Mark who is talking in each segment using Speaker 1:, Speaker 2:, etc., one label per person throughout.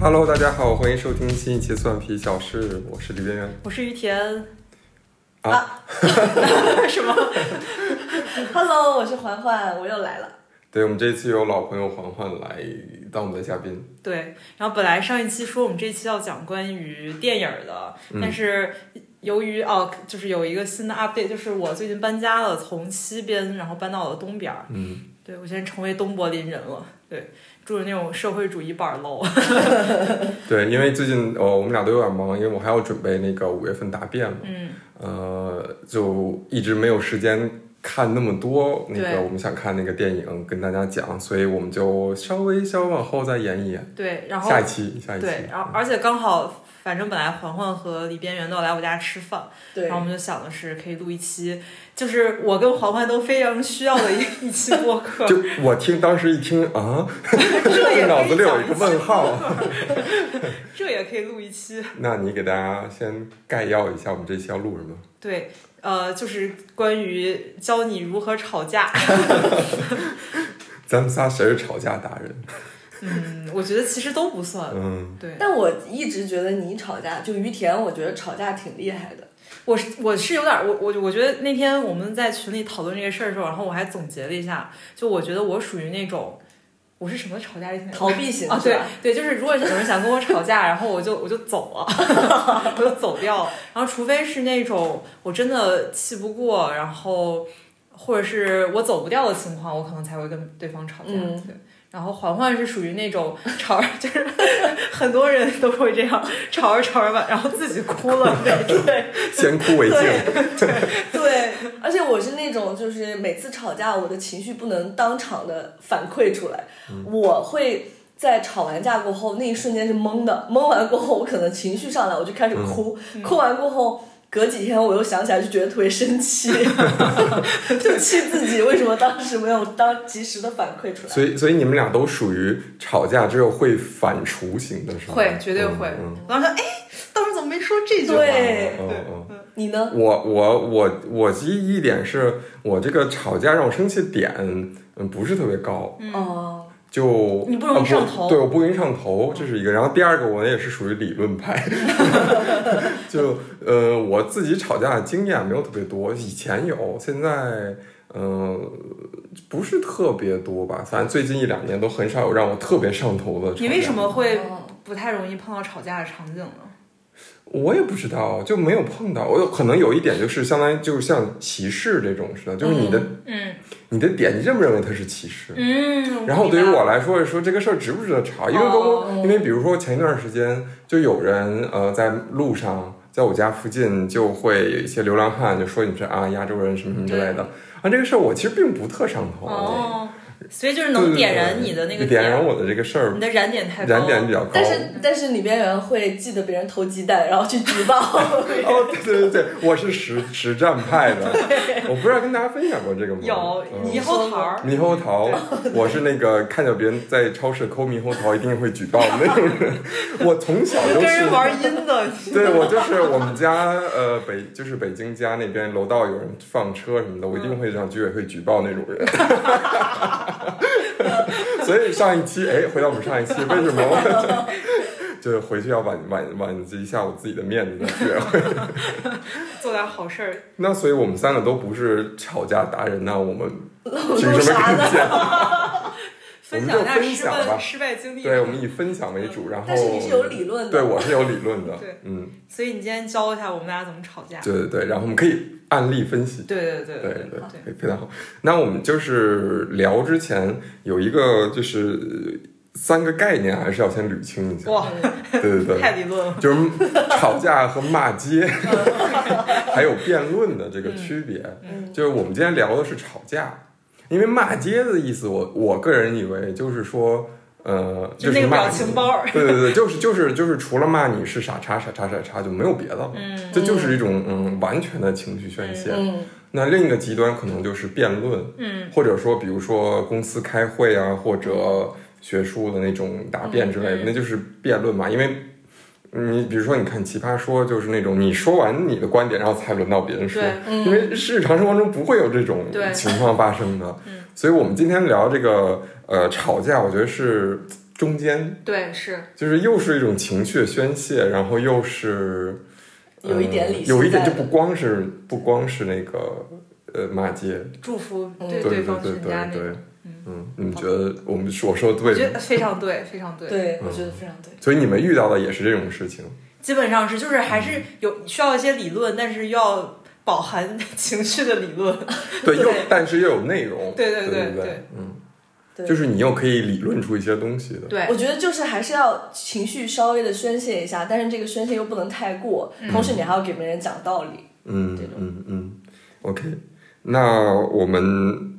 Speaker 1: Hello，大家好，欢迎收听新一期《蒜皮小事》，我是李边缘。
Speaker 2: 我是于田
Speaker 1: 啊，
Speaker 2: 什么？Hello，我是环环，我又来了。
Speaker 1: 对我们这一次有老朋友环环来当我们的嘉宾，
Speaker 2: 对，然后本来上一期说我们这期要讲关于电影儿的，
Speaker 1: 嗯
Speaker 2: 但是由于哦，就是有一个新的 update，就是我最近搬家了，从西边然后搬到了东边儿，
Speaker 1: 嗯，
Speaker 2: 对我现在成为东柏林人了，对，住的那种社会主义 板楼。
Speaker 1: 对，因为最近哦，我们俩都有点忙，因为我还要准备那个五月份答辩嘛，
Speaker 2: 嗯，
Speaker 1: 呃，就一直没有时间看那么多那个
Speaker 2: 对
Speaker 1: 我们想看那个电影跟大家讲，所以我们就稍微稍往后再延一延，
Speaker 2: 对，然后
Speaker 1: 下一期，下一期，
Speaker 2: 对，然后而且刚好，反正本来环环和李边缘都要来我家吃饭，
Speaker 3: 对
Speaker 2: 然后我们就想的是可以录一期，就是我跟环环都非常需要的一 一期播客，
Speaker 1: 就我听当时一听 啊，
Speaker 2: 这也
Speaker 1: 脑
Speaker 2: 可
Speaker 1: 子
Speaker 2: 以
Speaker 1: 里有
Speaker 2: 讲
Speaker 1: 一
Speaker 2: 一
Speaker 1: 个
Speaker 2: 期
Speaker 1: 问号。
Speaker 2: 这也可以录一期。
Speaker 1: 那你给大家先概要一下，我们这期要录什么？
Speaker 2: 对，呃，就是关于教你如何吵架。
Speaker 1: 咱们仨谁是吵架达人？
Speaker 2: 嗯，我觉得其实都不算。
Speaker 1: 嗯，
Speaker 2: 对，
Speaker 3: 但我一直觉得你吵架，就于田，我觉得吵架挺厉害的。
Speaker 2: 我是我是有点儿我我我觉得那天我们在群里讨论这个事儿的时候，然后我还总结了一下，就我觉得我属于那种，我是什么吵架类型？
Speaker 3: 逃避型
Speaker 2: 啊，
Speaker 3: 是
Speaker 2: 对
Speaker 3: 吧
Speaker 2: 对，就是如果有人想跟我吵架，然后我就我就走了， 我就走掉了。然后除非是那种我真的气不过，然后或者是我走不掉的情况，我可能才会跟对方吵架。
Speaker 3: 嗯
Speaker 2: 对。然后环环是属于那种吵， 就是很多人都会这样吵着吵着吧，然后自己哭了那种。
Speaker 1: 先哭为敬。
Speaker 3: 对，而且我是那种就是每次吵架，我的情绪不能当场的反馈出来，
Speaker 1: 嗯
Speaker 3: 我会在吵完架过后那一瞬间是懵的，懵完过后我可能情绪上来，我就开始哭，
Speaker 1: 嗯
Speaker 3: 哭完过后。隔几天我又想起来，就觉得特别 生气，就气自己为什么当时没有当及时的反馈出来。
Speaker 1: 所以，所以你们俩都属于吵架之后会反刍型的，是吗？
Speaker 2: 会，绝对会。
Speaker 1: 嗯
Speaker 2: 然后说，哎，当时怎么没说这句话？
Speaker 3: 对
Speaker 1: 嗯嗯嗯嗯
Speaker 3: 你呢？
Speaker 1: 我我我我记忆一点是我这个吵架让我生气点，嗯，不是特别高，
Speaker 3: 哦，
Speaker 1: 就
Speaker 2: 你不容易
Speaker 1: 啊
Speaker 2: 上头
Speaker 1: 对，我不容易上头，这是一个。然后第二个，我也是属于理论 派，就呃，我自己吵架的经验没有特别多，以前有，现在呃不是特别多吧。反正最近一两年都很少有让我特别上头的。
Speaker 2: 你为什？么会
Speaker 3: 哦
Speaker 2: 不太容易碰到吵架的场景呢？
Speaker 1: 我也不知道，就没有碰到。我有可能有一点就是相当于就是像歧视这种似的，就是你的、
Speaker 2: 嗯
Speaker 1: 你的点，你认不认为它是歧视？
Speaker 2: 嗯
Speaker 1: 然后对于我来说，说这个事儿值不值得
Speaker 2: 哦
Speaker 1: 吵？因为跟我，因为比如说前一段时间就有人呃在路上，在我家附近就会有一些流浪汉就说你是啊亚洲人什么什么之类的啊，这个事儿我其实并不特上头，
Speaker 2: 哦，所以就是
Speaker 1: 对对
Speaker 2: 能
Speaker 1: 对
Speaker 2: 点燃你的那个
Speaker 1: 点燃我的这个事儿
Speaker 2: 你的燃点太高
Speaker 1: 燃
Speaker 2: 了。
Speaker 1: 点比较高。
Speaker 3: 但是但是里边人会记得别人偷鸡蛋，然后去举报。
Speaker 1: 哦，对对对对，我是实实战派的，我不知道跟大家分享过这个吗？
Speaker 2: 有
Speaker 1: 嗯
Speaker 2: 猕猴桃儿，
Speaker 1: 猕猴桃，我是那个看见别人在超市抠猕猴桃一定会举报的那种 人。我从小就
Speaker 2: 跟
Speaker 1: 是
Speaker 2: 人玩阴的。
Speaker 1: 对我就是我们家呃北就是北京家那边楼道有人放车什么的，我一定会让居委会举报那种人。 所以上一期哎，回到我们上一期，为什么 我就是回去要挽挽挽及一下我自己的面子的居委会？
Speaker 2: 做点好事儿，
Speaker 1: 那所以我们三个都不是吵架达人，那我们凭什
Speaker 3: 录
Speaker 1: 么
Speaker 3: 啥
Speaker 1: 看
Speaker 3: 呢？
Speaker 1: 见？
Speaker 2: 分享一
Speaker 1: 我
Speaker 2: 下
Speaker 1: 们就分
Speaker 2: 失
Speaker 1: 享吧
Speaker 2: 败失败经历。
Speaker 1: 对，我们以分享为主，然后
Speaker 3: 但是你是有理
Speaker 1: 哦
Speaker 3: 论的。
Speaker 1: 对我是有理论的，
Speaker 2: 对
Speaker 1: 嗯，
Speaker 2: 所以你今天教一下我们大家怎么吵架。
Speaker 1: 对对对，然后我们可以案例分析。
Speaker 2: 对对
Speaker 1: 对
Speaker 2: 对对
Speaker 1: 对对，非常好。那我们就是聊之前有一个就是呃三个概念，还是要先捋清一下。
Speaker 2: 哇，
Speaker 1: 对对对，
Speaker 2: 太理论了。
Speaker 1: 就是吵架和骂街，还有辩论的这个区别。
Speaker 2: 嗯
Speaker 1: 就是我们今天聊的是吵架，因为骂街的意思我，我个人以为就是说，呃，
Speaker 2: 就是那个
Speaker 1: 骂
Speaker 2: 表
Speaker 1: 你
Speaker 2: 情包儿
Speaker 1: 对对对，就是就是就是，除了骂你是傻叉傻叉傻叉，就没有别的了。
Speaker 2: 嗯，
Speaker 1: 这就是一种嗯完全的情绪宣泄。
Speaker 3: 嗯，
Speaker 1: 那另一个极端可能就是辩论，
Speaker 2: 嗯，
Speaker 1: 或者说比如说公司开会啊，或者学术的那种答辩之类的，
Speaker 2: 嗯嗯
Speaker 1: 那就是辩论嘛。因为你比如说，你看《奇葩说》，就是那种你说完你的观点，然后才轮到别人说，
Speaker 2: 对
Speaker 3: 嗯
Speaker 1: 因为日常生活中不会有这种
Speaker 2: 对
Speaker 3: 嗯
Speaker 1: 情况发生的。所以我们今天聊这个呃吵架，我觉得是。中间，
Speaker 2: 对，是
Speaker 1: 就是又是一种情绪的宣泄，然后又是
Speaker 3: 有一点
Speaker 1: 呃
Speaker 3: 理性在的，
Speaker 1: 有一点就不光是不光是那个呃骂街，
Speaker 2: 祝福
Speaker 3: 嗯
Speaker 2: 对
Speaker 1: 对对
Speaker 2: 方
Speaker 1: 对
Speaker 2: 全
Speaker 1: 对
Speaker 2: 家那
Speaker 1: 对
Speaker 2: 种，，
Speaker 1: 嗯，你们觉得我们我说的
Speaker 2: 我
Speaker 1: 对
Speaker 2: 觉
Speaker 1: 吗？
Speaker 2: 得非常对，非常对。
Speaker 3: 对，
Speaker 1: 嗯
Speaker 3: 我觉得非常对。
Speaker 1: 所以你们遇到的也是这种事情，
Speaker 2: 基本上是，就是还是
Speaker 1: 嗯
Speaker 2: 有需要一些理论，但是又要饱含 情绪的理论。
Speaker 1: 对，又
Speaker 2: 对
Speaker 1: 但是又有内容，
Speaker 2: 对
Speaker 1: 对对
Speaker 2: 对对
Speaker 1: 不对
Speaker 2: 对，
Speaker 1: 嗯，
Speaker 3: 对
Speaker 1: 就是你又可以理论出一些东西的，
Speaker 3: 我
Speaker 2: 对，
Speaker 3: 觉得就是还是要情绪稍微的宣泄一下，但是这个宣泄又不能太过，同时你还要给别人讲道理。
Speaker 1: 嗯
Speaker 3: 这种
Speaker 1: 嗯嗯，OK，那我们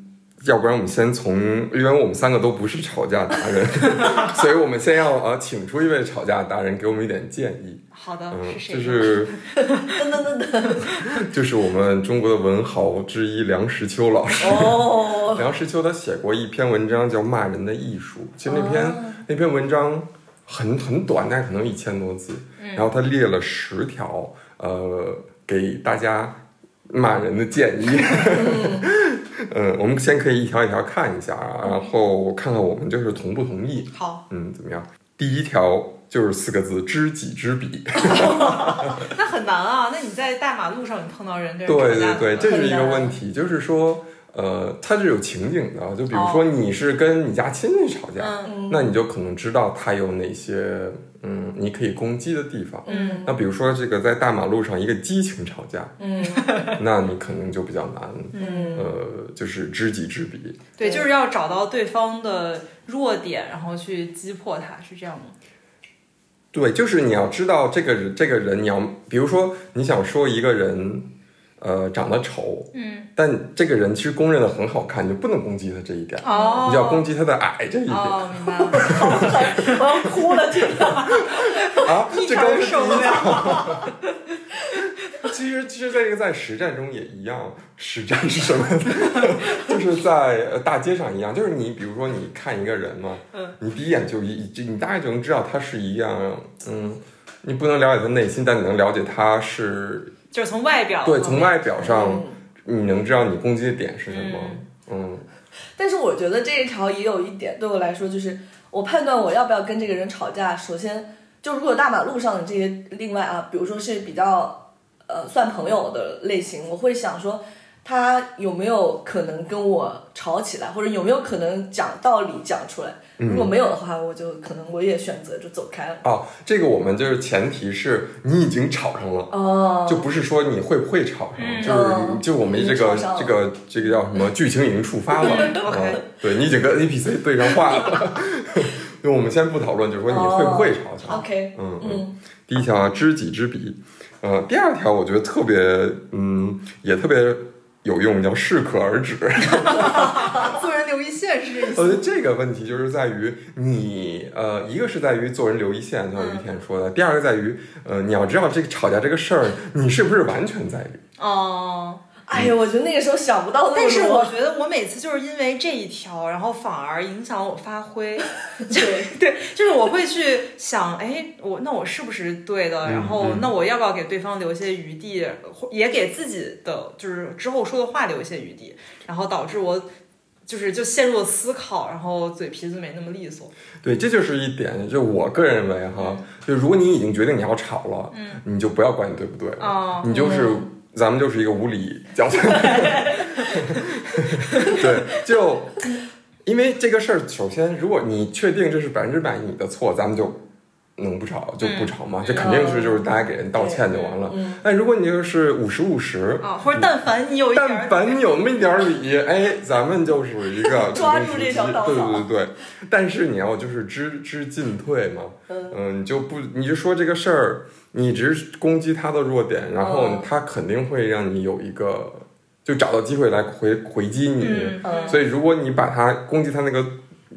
Speaker 1: 要不然我们先从，因为我们三个都不是吵架达人， 所以我们先要呃请出一位吵架达人给我们一点建议。
Speaker 2: 好的，
Speaker 1: 嗯，
Speaker 2: 啊是谁
Speaker 1: 就
Speaker 2: 呢？
Speaker 1: 是
Speaker 3: 噔噔噔噔，
Speaker 1: 就是我们中国的文豪之一梁实秋老师。
Speaker 3: 哦，
Speaker 1: 梁实秋他写过一篇文章叫《骂人的艺术》，其实那篇、
Speaker 2: 哦
Speaker 1: 那篇文章很很短，大概可能有一千多字，
Speaker 2: 嗯
Speaker 1: 然后他列了十条，呃，给大家骂人的建议。 嗯，我们先可以一条一条看一下啊，
Speaker 2: 嗯
Speaker 1: 然后看看我们就是同不同意。
Speaker 2: 好，
Speaker 1: 嗯，怎么样？第一条就是四个字：知己知彼。
Speaker 2: 那很难啊。那你在大马路上你碰到人跟人
Speaker 1: 对对
Speaker 2: 吵架，
Speaker 1: 对，这是一个
Speaker 3: 很难
Speaker 1: 问题，就是说，呃，它是有情景的，啊就比如说
Speaker 2: 哦
Speaker 1: 你是跟你家亲戚吵架，
Speaker 2: 嗯
Speaker 1: 那你就可能知道他有哪些嗯你可以攻击的地方。
Speaker 2: 嗯
Speaker 1: 那比如说这个在大马路上一个激情吵架，
Speaker 3: 嗯
Speaker 1: 那你可能就比较难，
Speaker 3: 嗯，
Speaker 1: 呃，就是知己知彼。
Speaker 2: 对，就是要找到对方的弱点，然后去击破他，是这样吗？
Speaker 1: 对，就是你要知道这个人，这个人你要，比如说你想说一个人，呃，长得丑，
Speaker 2: 嗯，
Speaker 1: 但这个人其实公认的很好看，你就不能攻击他这一点，
Speaker 2: 哦，
Speaker 1: 啊你就要攻击他的矮这一点。
Speaker 2: 哦，明白了，
Speaker 3: 我要哭了，这个
Speaker 1: 啊，
Speaker 2: 异
Speaker 1: 这
Speaker 2: 常
Speaker 1: 跟
Speaker 2: 受不
Speaker 1: 了。其实，其实这个在实战中也一样。实战是什么？ 就是在呃大街上一样，就是你比如说你看一个人嘛，
Speaker 2: 嗯，
Speaker 1: 你第一眼就一，就你大概就能知道他是一样，嗯，你不能了解他内心，但你能了解他是
Speaker 2: 就是从外表
Speaker 1: 对，从外表上
Speaker 3: 嗯
Speaker 1: 你能知道你攻击的点是什么，嗯，
Speaker 3: 但是我觉得这一条也有一点对我来说，就是我判断我要不要跟这个人吵架，首先就如果大马路上的这些，另外啊，比如说是比较呃算朋友的类型，我会想说他有没有可能跟我吵起来，或者有没有可能讲道理讲出来。
Speaker 1: 嗯
Speaker 3: 如果没有的话，我就可能我也选择就走开了。
Speaker 1: 哦，这个我们就是前提是你已经吵上了。
Speaker 3: 哦，
Speaker 1: 就不是说你会不会吵上，
Speaker 2: 嗯
Speaker 1: 就是
Speaker 3: 嗯
Speaker 1: 就我们这
Speaker 3: 已经吵
Speaker 1: 个
Speaker 3: 上了
Speaker 1: 这个这个叫什么剧情已经触发了，
Speaker 2: 嗯
Speaker 1: 啊
Speaker 2: OK
Speaker 1: 对你已经跟 NPC 对上话 了。就我们先不讨论，就是说你会不会吵上。
Speaker 3: 哦 OK，
Speaker 1: 嗯嗯。
Speaker 3: 嗯
Speaker 1: 第一条啊，知己知彼。呃，第二条我觉得特别，嗯，也特别有用，叫适可而止。
Speaker 2: 啊做人留一线是这意思。
Speaker 1: 我觉得这个问题就是在于你，呃，一个是在于做人留一线，就像
Speaker 2: 嗯
Speaker 1: 于田说的；第二个在于，呃，你要知道这个吵架这个事儿，你是不是完全在于。
Speaker 2: 哦，
Speaker 3: 哎呀，我觉得那个时候想不到那么多。
Speaker 2: 但是哦 我觉得我每次就是因为这一条，然后反而影响我发挥。
Speaker 3: 对，
Speaker 2: 对，就是我会去想，哎，我那我是不是对的？
Speaker 1: 嗯
Speaker 2: 然后
Speaker 1: 嗯
Speaker 2: 那我要不要给对方留一些余地，或也给自己的就是之后说的话留一些余地，然后导致我就是就陷入了思考，然后嘴皮子没那么利索。
Speaker 1: 对，这就是一点，就我个人认为哈，就如果你已经决定你要吵了，
Speaker 2: 嗯，
Speaker 1: 你就不要管你对不对，
Speaker 2: 哦
Speaker 1: 你就是、咱们就是一个无理交 通，对，就因为这个事儿，首先如果你确定这是百分之百你的错，咱们就能不吵就
Speaker 2: 嗯
Speaker 1: 不吵嘛，这肯定是就是大家给人道歉就完了。
Speaker 3: 嗯，
Speaker 1: 但如果你就是五十五十
Speaker 2: 啊，或者但凡你有一点
Speaker 1: 但
Speaker 2: 儿，
Speaker 1: 凡你有那么一点儿理，哎，咱们就属于一个
Speaker 3: 抓住这条稻草
Speaker 1: 对对对对，但是你要就是知知进退嘛，
Speaker 3: 嗯
Speaker 1: 嗯，你就不你就说这个事儿，你只是攻击他的弱点，然后
Speaker 3: 嗯
Speaker 1: 他肯定会让你有一个就找到机会来回回击你，
Speaker 2: 嗯，嗯
Speaker 1: 所以如果你把他攻击他那个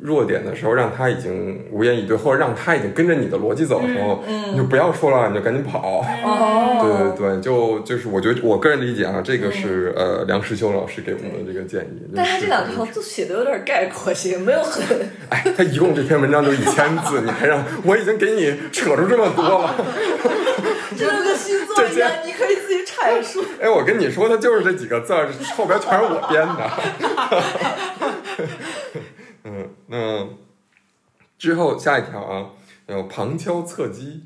Speaker 1: 弱点的时候，让他已经无言以对，或者让他已经跟着你的逻辑走的时候，
Speaker 3: 嗯
Speaker 1: 你就不要说了，你就赶紧跑。
Speaker 3: 哦，
Speaker 1: 嗯对对对，就就是我觉得我个人理解啊，这个是、呃梁实秋老师给我们的这个建议。
Speaker 3: 嗯但他
Speaker 1: 就
Speaker 3: 这
Speaker 1: 是
Speaker 3: 两条都写的有点概括性，没有很
Speaker 1: 哎，他一共这篇文章就一千字，你还让我已经给你扯出这么多了。
Speaker 3: 这就跟星座一样，你可以自己阐述。
Speaker 1: 哎，我跟你说，他就是这几个字儿，后边全是我 编的。嗯，那之后下一条啊，呃，旁敲侧击，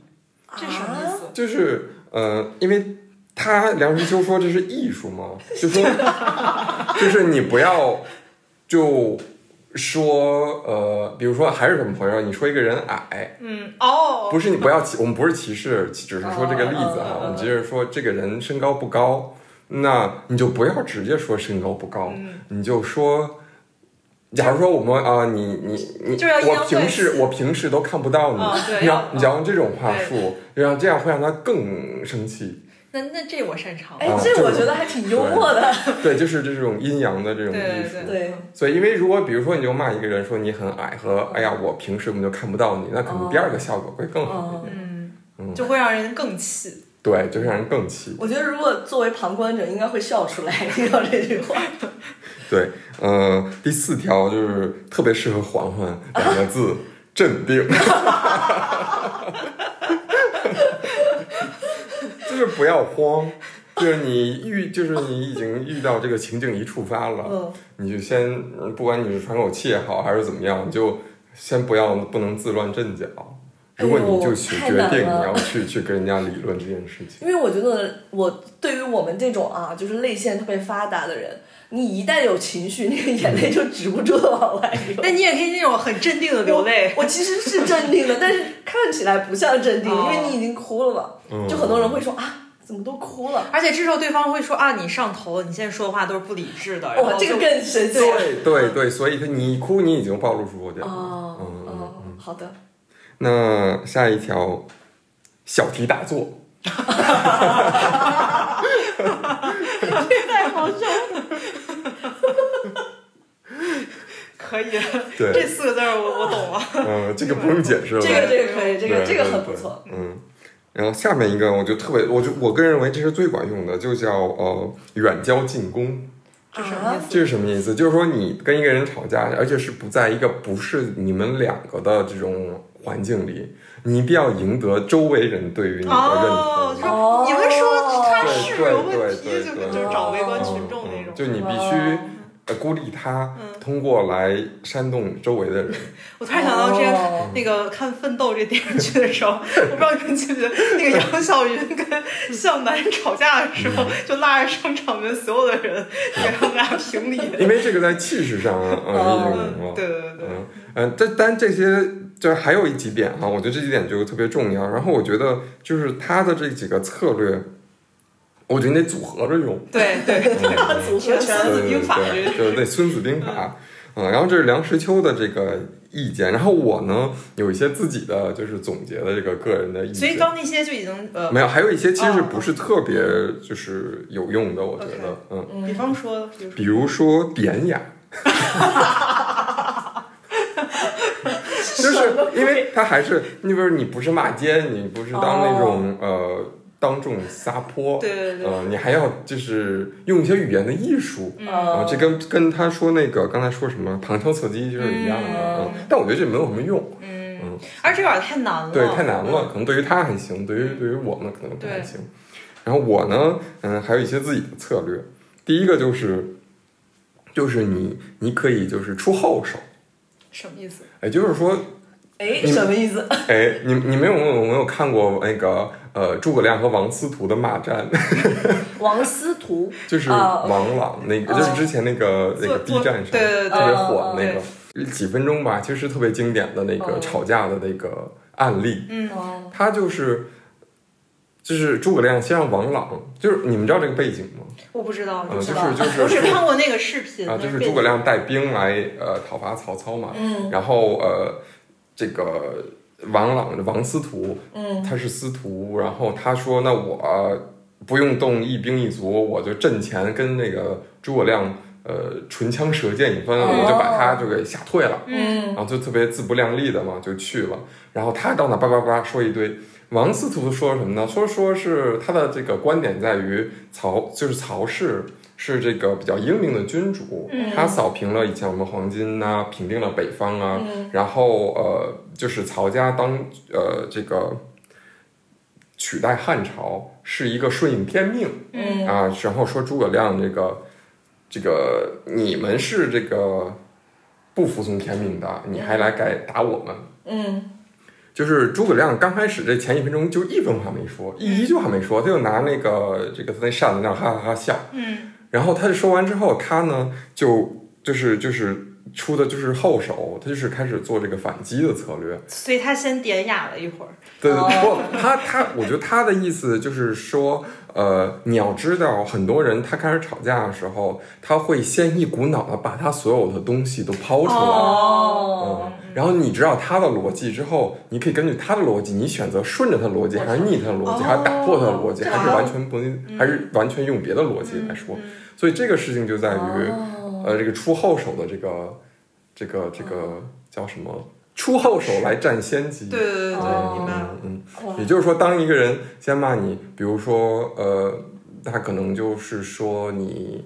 Speaker 2: 这什么意思？
Speaker 1: 就是呃，因为他梁实秋说这是艺术嘛，就说就是你不要就说呃，比如说还是什么朋友，你说一个人矮，
Speaker 2: 嗯，哦，
Speaker 1: 不是你不要歧，我们不是歧视，只是说这个例子
Speaker 2: 哦哦
Speaker 1: 啊
Speaker 2: 哦，
Speaker 1: 我们只是说这个人身高不高，那你就不要直接说身高不高，
Speaker 2: 嗯
Speaker 1: 你就说。假如说我们啊、你你你，
Speaker 2: 就是要阴阳
Speaker 1: 我平
Speaker 2: 怪
Speaker 1: 时
Speaker 2: 气
Speaker 1: 我平时都看不到你，
Speaker 2: 哦对
Speaker 1: 你
Speaker 2: 要
Speaker 1: 要你要用这种话
Speaker 2: 对
Speaker 1: 术，让这样会让他更生气。
Speaker 2: 那那这我擅长。
Speaker 3: 哎
Speaker 1: 啊，
Speaker 3: 这
Speaker 1: 这
Speaker 3: 我
Speaker 1: 种
Speaker 3: 觉得还挺幽默的。
Speaker 1: 对，就是这种阴阳的这种
Speaker 2: 对
Speaker 1: 艺
Speaker 2: 对
Speaker 1: 术。
Speaker 3: 对，
Speaker 1: 所以，因为如果比如说你就骂一个人说你很矮和哎呀我平时我们就看不到你，那
Speaker 2: 哦
Speaker 1: 可能第二个效果会更好。
Speaker 3: 嗯，
Speaker 2: 嗯
Speaker 1: 嗯，
Speaker 2: 就会让人更气。
Speaker 1: 对，就是让人更气。
Speaker 3: 我觉得如果作为旁观者，应该会笑出来听到这句话。
Speaker 1: 对，呃，第四条就是特别适合环环两个字，镇定。 就是不要慌，就是你遇，就是你已经遇到这个情境一触发了，
Speaker 3: 嗯
Speaker 1: 你就先，嗯不管你是喘口气也好，还是怎么样，你就先不要不能自乱阵脚。如果你就去
Speaker 3: 哎
Speaker 1: 决
Speaker 3: 呦太难
Speaker 1: 定你
Speaker 3: 了
Speaker 1: 要去去跟人家理论这件事情，
Speaker 3: 因为我觉得我对于我们这种啊，就是泪腺特别发达的人，你一旦有情绪，那个眼泪就止不住的往外流。
Speaker 2: 但你也可以那种很镇定的流泪。
Speaker 3: 我其实是镇定的，但是看起来不像镇定，
Speaker 2: 哦
Speaker 3: 因为你已经哭了嘛。
Speaker 1: 嗯
Speaker 3: 就很多人会说啊，怎么都哭了？
Speaker 2: 而且这时候对方会说啊，你上头了，你现在说的话都是不理智的。然
Speaker 3: 哇，
Speaker 2: 后
Speaker 3: 这个
Speaker 2: 就
Speaker 3: 更神奇。
Speaker 1: 对对对，所以他你一哭你已经暴露出我点了。
Speaker 3: 哦
Speaker 1: 嗯
Speaker 3: 哦，好的。
Speaker 1: 那下一条，小题大做，
Speaker 2: 太好笑了。可以，
Speaker 1: 对
Speaker 2: 这四个字儿我我懂了。
Speaker 1: 嗯，这个不用解释了。
Speaker 3: 这个这个可以，这个
Speaker 1: 对
Speaker 3: 这个很不错。。
Speaker 1: 对对嗯，然后下面一个我就特别，我就我个人认为这是最管用的，就叫呃远交近攻。
Speaker 2: 这什么意思？
Speaker 1: 这是什么意思？就是说你跟一个人吵架，而且是不在一个不是你们两个的这种环境里，你一定要赢得周围人对于你的认同。
Speaker 2: 哦，就是你会说他是
Speaker 1: 对对
Speaker 2: 有问题，
Speaker 1: 对
Speaker 2: 就
Speaker 1: 对
Speaker 2: 就是找围观群众那
Speaker 1: 嗯嗯。
Speaker 2: 种
Speaker 1: 就你必须
Speaker 3: 哦
Speaker 1: 呃孤立他，
Speaker 2: 嗯
Speaker 1: 通过来煽动周围的人。
Speaker 2: 我突然想到之前
Speaker 3: 哦
Speaker 2: 那个看《奋斗》这电视剧的时候，我不知道你们记不记得那个杨晓云跟向南吵架的时候，就拉着商场里面所有的人给他们俩评理。
Speaker 1: 因为这个在气势上， 嗯，
Speaker 3: 哦
Speaker 1: 已经赢了。
Speaker 2: 对对对对，
Speaker 1: 嗯嗯，这但这些就是还有一几点哈、我觉得这几点就特别重要。然后我觉得就是他的这几个策略，我觉得你得组合着 用。
Speaker 2: 对对，
Speaker 3: 组合拳
Speaker 2: 孙
Speaker 1: 对
Speaker 2: 子
Speaker 1: 对
Speaker 2: 兵法
Speaker 1: 对对，对《孙子兵法》 嗯，然后这是梁实秋的这个意见，然后我呢有一些自己的就是总结的这个个人的意
Speaker 2: 所以
Speaker 1: 见，
Speaker 2: 刚那些就已经呃，
Speaker 1: 没有，还有一些其实
Speaker 2: 哦嗯
Speaker 1: 不是特别就是有用的，我觉得
Speaker 2: OK，
Speaker 1: 嗯，
Speaker 2: 比方说，比如说
Speaker 1: 比如说典 雅。就是因为他还是，你比如你不是骂街，你不是当那种、呃当众撒泼，
Speaker 2: 哦对对嗯对
Speaker 1: 呃，你还要就是用一些语言的艺术，啊，
Speaker 3: 哦
Speaker 1: 这跟跟他说那个刚才说什么旁敲侧击就是一样的，
Speaker 3: 嗯
Speaker 1: 嗯，但我觉得这没有什么用，
Speaker 2: 嗯，而这有点太难了，
Speaker 1: 对，太难
Speaker 2: 嗯
Speaker 1: 了，可能对于他还行，对于对于我们可能不太行。然后我呢，嗯，还有一些自己的策略，第一个就是，就是你你可以就是出后手，
Speaker 2: 什么意思？
Speaker 1: 也就是说，
Speaker 3: 哎，
Speaker 1: 你
Speaker 3: 什么意思？
Speaker 1: 哎，你你没有没有看过那个呃诸葛亮和王司徒的骂战，
Speaker 3: 王司徒
Speaker 1: 就是
Speaker 3: 啊
Speaker 1: 王朗那个，就是之前那个那个
Speaker 2: 哦做
Speaker 1: B 站上
Speaker 2: 对对对嗯
Speaker 1: 特别火的
Speaker 2: 对
Speaker 1: 那个，几分钟吧，其实特别经典的那个
Speaker 3: 哦
Speaker 1: 吵架的那个案例，
Speaker 2: 嗯，
Speaker 3: 哦，
Speaker 1: 他就是就是诸葛亮先让王朗，就是你们知道这个背景吗？
Speaker 2: 我不知道，
Speaker 1: 嗯，
Speaker 2: 不知
Speaker 1: 就
Speaker 2: 道
Speaker 1: 是就
Speaker 2: 我只
Speaker 1: 是
Speaker 2: 看过那个视频
Speaker 1: 啊，就是诸葛亮带兵来呃讨伐曹操嘛，
Speaker 3: 嗯
Speaker 1: 然后呃这个王朗王司徒
Speaker 3: 嗯，
Speaker 1: 他是司徒，然后他说：“那我不用动一兵一卒，我就阵前跟那个诸葛亮呃唇枪舌剑一番，
Speaker 3: 哦
Speaker 1: 我就把他就给吓退了。”
Speaker 2: 嗯
Speaker 1: 然后就特别自不量力的嘛，就去了。然后他到那叭叭叭说一堆。王司徒说什么呢？说说是他的这个观点在于曹，就是曹氏是这个比较英明的君主，
Speaker 3: 嗯
Speaker 1: 他扫平了以前我们黄巾呐、平定了北方啊，
Speaker 3: 嗯
Speaker 1: 然后呃，就是曹家当呃这个取代汉朝是一个顺应天命，
Speaker 3: 嗯
Speaker 1: 啊，然后说诸葛亮这个这个你们是这个不服从天命的，你还来改打我们？
Speaker 3: 嗯
Speaker 1: 就是诸葛亮刚开始这前一分钟就一分话没说，一一句话没说，他就拿那个这个他那扇子那样哈哈哈笑。
Speaker 2: 嗯
Speaker 1: 然后他就说完之后，他呢就就是就是出的就是后手，他就是开始做这个反击的策略。
Speaker 2: 所以他先典雅了一会儿，
Speaker 1: 对，
Speaker 3: 哦
Speaker 1: 不，他他，我觉得他的意思就是说，呃，你要知道，很多人他开始吵架的时候，他会先一股脑的把他所有的东西都抛出来。
Speaker 3: 哦
Speaker 1: 嗯，然后你知道他的逻辑之后，你可以根据他的逻辑，你选择顺着他的逻辑，还是逆他的逻辑，还是打破他的逻辑，
Speaker 3: 这
Speaker 1: 还是
Speaker 3: 样
Speaker 1: 完全不，还是完全用别的逻辑来说。所以这个事情就在于，
Speaker 3: 哦
Speaker 1: 呃，这个出后手的这个，这个这个叫什么？出后手来占先机。
Speaker 2: 对对对对，
Speaker 3: 哦
Speaker 2: 明白了。
Speaker 1: 嗯
Speaker 3: 哇
Speaker 1: 嗯，也就是说，当一个人先骂你，比如说，呃，他可能就是说你，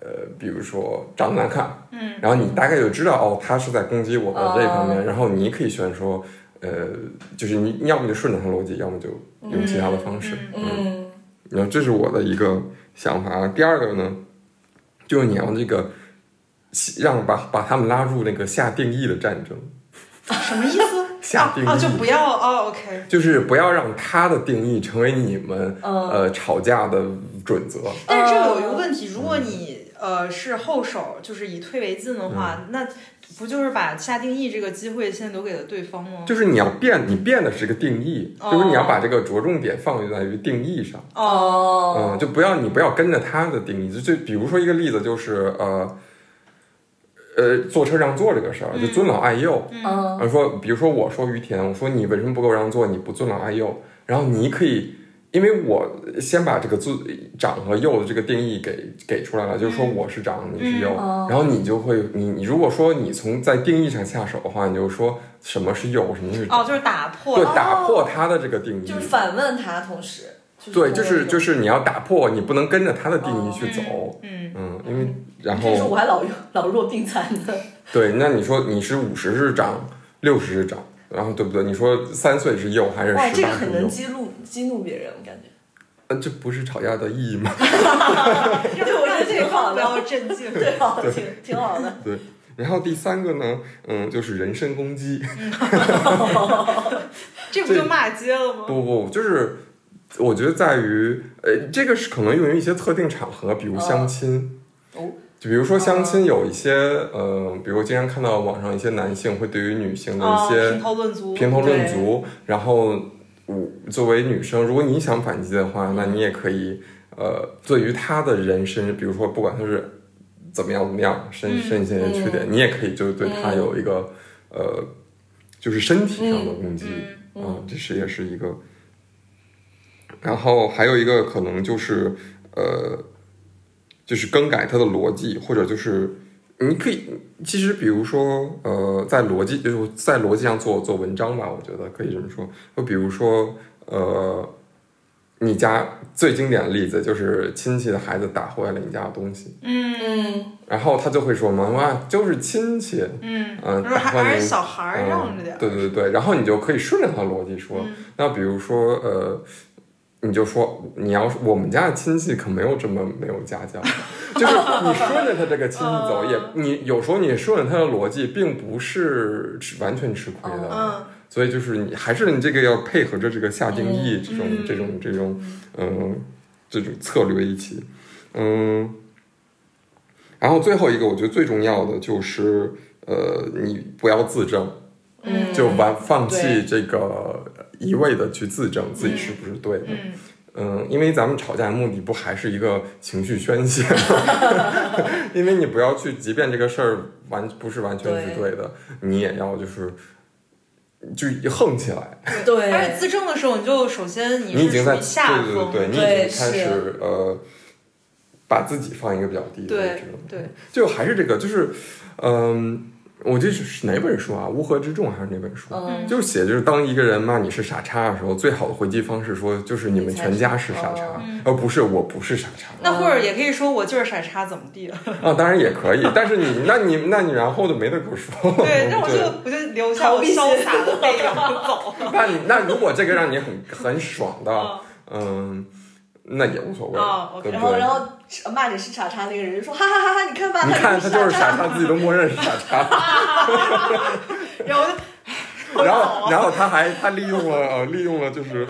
Speaker 1: 呃，比如说长得难看，
Speaker 2: 嗯，
Speaker 1: 然后你大概就知道哦，他是在攻击我的这方面，
Speaker 3: 哦
Speaker 1: 然后你可以选说，呃，就是你你要么就顺着他逻辑，要么就用其他的方式，
Speaker 2: 嗯
Speaker 3: 嗯
Speaker 1: 然后这是我的一个想法啊。第二个呢，就是你要这个让把把他们拉入那个下定义的战争，
Speaker 2: 什么意 思？
Speaker 1: 下定义。
Speaker 2: 哦哦，就不要哦，OK。
Speaker 1: 就是不要让他的定义成为你们、
Speaker 3: 嗯
Speaker 1: 呃吵架的准则。
Speaker 2: 但是这有一个
Speaker 1: 哦
Speaker 2: 问题，如果你呃是后手，就是以退为进的话，
Speaker 1: 嗯
Speaker 2: 那不就是把下定义这个机会先留给了对方吗？
Speaker 1: 就是你要变，你变的是个定义，
Speaker 2: 哦
Speaker 1: 就是你要把这个着重点放在于定义上，
Speaker 2: 哦，
Speaker 1: 嗯，就不要你不要跟着他的定义，就就比如说一个例子就是呃，呃，坐车让座这个事儿，就尊老爱幼，
Speaker 3: 嗯
Speaker 1: 然后呃说，比如说我说于田，我说你为什么不给我让座？你不尊老爱幼。然后你可以，因为我先把这个尊长和幼的这个定义给给出来了，就是说我是长，你是幼。
Speaker 3: 嗯哦
Speaker 1: 然后你就会，你你如果说你从在定义上下手的话，你就说什么是幼，什么是长，
Speaker 2: 哦，就是打破
Speaker 1: 对，
Speaker 2: 了
Speaker 1: 打破他的这个定义。
Speaker 3: 就是反问他，同时
Speaker 1: 对，就是就是是你要打破，你不能跟着他的定义去走。
Speaker 2: 嗯，
Speaker 1: 嗯，因为然
Speaker 3: 这时候
Speaker 1: 后
Speaker 3: 我还老弱老弱病残的，
Speaker 1: 对，那你说你是五十是长，六十是长，然后对不对？你说三岁是幼还是十
Speaker 3: 哇，
Speaker 1: 八
Speaker 3: 这
Speaker 1: 是
Speaker 3: 个
Speaker 1: 幼？
Speaker 3: 很能激怒激怒别人，我 感觉。
Speaker 1: 呃，这不是吵架的意义吗？
Speaker 3: 对我觉得这个
Speaker 2: 对
Speaker 3: 好
Speaker 2: 方不
Speaker 3: 的，
Speaker 2: 要镇静。
Speaker 3: 对，好，挺挺好的。
Speaker 1: 对。然后第三个呢，嗯，就是人身攻击。
Speaker 2: 这不就骂街了吗？
Speaker 1: 不不不，就是我觉得在于，呃，这个是可能用于一些特定场合，比如相亲。
Speaker 3: 哦。
Speaker 1: 就比如说相亲，有一些，呃，比如经常看到网上一些男性会对于女性的一
Speaker 3: 哦
Speaker 2: 啊，
Speaker 1: 些
Speaker 2: 评头论足，
Speaker 1: 评头论足，然后我作为女生，如果你想反击的话，那你也可以，呃，对于他的人身，比如说不管他是怎么样怎么样，身
Speaker 2: 嗯
Speaker 1: 身一些缺点，你也可以就是对他
Speaker 3: 嗯
Speaker 1: 有一个、呃，就是身体上的攻击，
Speaker 2: 嗯
Speaker 1: 啊、这是也是一个。然后还有一个可能就是呃，就是更改他的逻辑，或者就是你可以，其实比如说，呃，在逻辑就是在逻辑上做做文章吧，我觉得可以这么说。就比如说，呃，你家最经典的例子就是亲戚的孩子打坏了你家的东西，
Speaker 2: 嗯
Speaker 3: 嗯，
Speaker 1: 然后他就会说妈妈就是亲戚，
Speaker 2: 嗯，
Speaker 1: 嗯
Speaker 2: 然后
Speaker 1: 打
Speaker 2: 还
Speaker 1: 坏
Speaker 2: 还
Speaker 1: 你
Speaker 2: 是小孩儿让着
Speaker 1: 嗯
Speaker 2: 点儿，嗯
Speaker 1: 对对对，然后你就可以顺着他的逻辑说，那比如说呃，你就说你要是我们家的亲戚可没有这么没有家教，就是你顺着他这个亲戚走，也
Speaker 2: 嗯
Speaker 1: 你有时候你顺着他的逻辑，并不是吃完全吃亏的。
Speaker 2: 嗯，
Speaker 1: 所以就是你还是你这个要配合着这个下定义这种、
Speaker 2: 嗯
Speaker 1: 这种这种嗯、这种策略一起，嗯，然后最后一个我觉得最重要的就是呃你不要自证，
Speaker 2: 嗯
Speaker 1: 就完放弃
Speaker 3: 对
Speaker 1: 这个一味的去自证自己是不是对的，
Speaker 2: 嗯
Speaker 1: 嗯，因为咱们吵架的目的不还是一个情绪宣 泄吗？因为你不要去，即便这个事儿完不是完全是对的，你也要就是就横起来。
Speaker 3: 嗯对，
Speaker 2: 而且自证的时候，你就首先
Speaker 1: 你已
Speaker 2: 是
Speaker 1: 经
Speaker 2: 属
Speaker 1: 在
Speaker 2: 于下
Speaker 1: 对
Speaker 2: 风，
Speaker 1: 对对，你已
Speaker 3: 对
Speaker 1: 经开
Speaker 3: 是
Speaker 1: 始呃，把自己放一个比较低的位
Speaker 2: 对
Speaker 1: 置了。
Speaker 2: 对，
Speaker 1: 就还是这个，就是嗯、我这是哪本书啊？《乌合之众》还是哪本书？
Speaker 3: 嗯
Speaker 1: 就写就是当一个人骂你是傻叉的时候，最好的回击方式说就是你们全家是傻叉，而不是我不是傻叉。
Speaker 2: 那或者也可以说我就是傻叉，怎么地了？
Speaker 1: 啊，当然也可以，但是你 那你那你然后就没得可说了。
Speaker 2: 对，那 我就我就留下我潇洒的背影就走了。
Speaker 1: 啊那你那如果这个让你很很爽的，嗯，那也无所谓，
Speaker 2: 哦，OK
Speaker 1: 对不
Speaker 3: 然后
Speaker 1: 对
Speaker 3: 然？后骂你是傻叉那个人就说哈哈哈哈，你看吧，
Speaker 1: 你看他
Speaker 3: 他
Speaker 1: 就是
Speaker 3: 傻
Speaker 1: 傻叉，自己都默认是傻叉，
Speaker 2: 嗯然后
Speaker 1: 啊
Speaker 2: 我就
Speaker 1: 然后然后他还他利用了呃利用了就是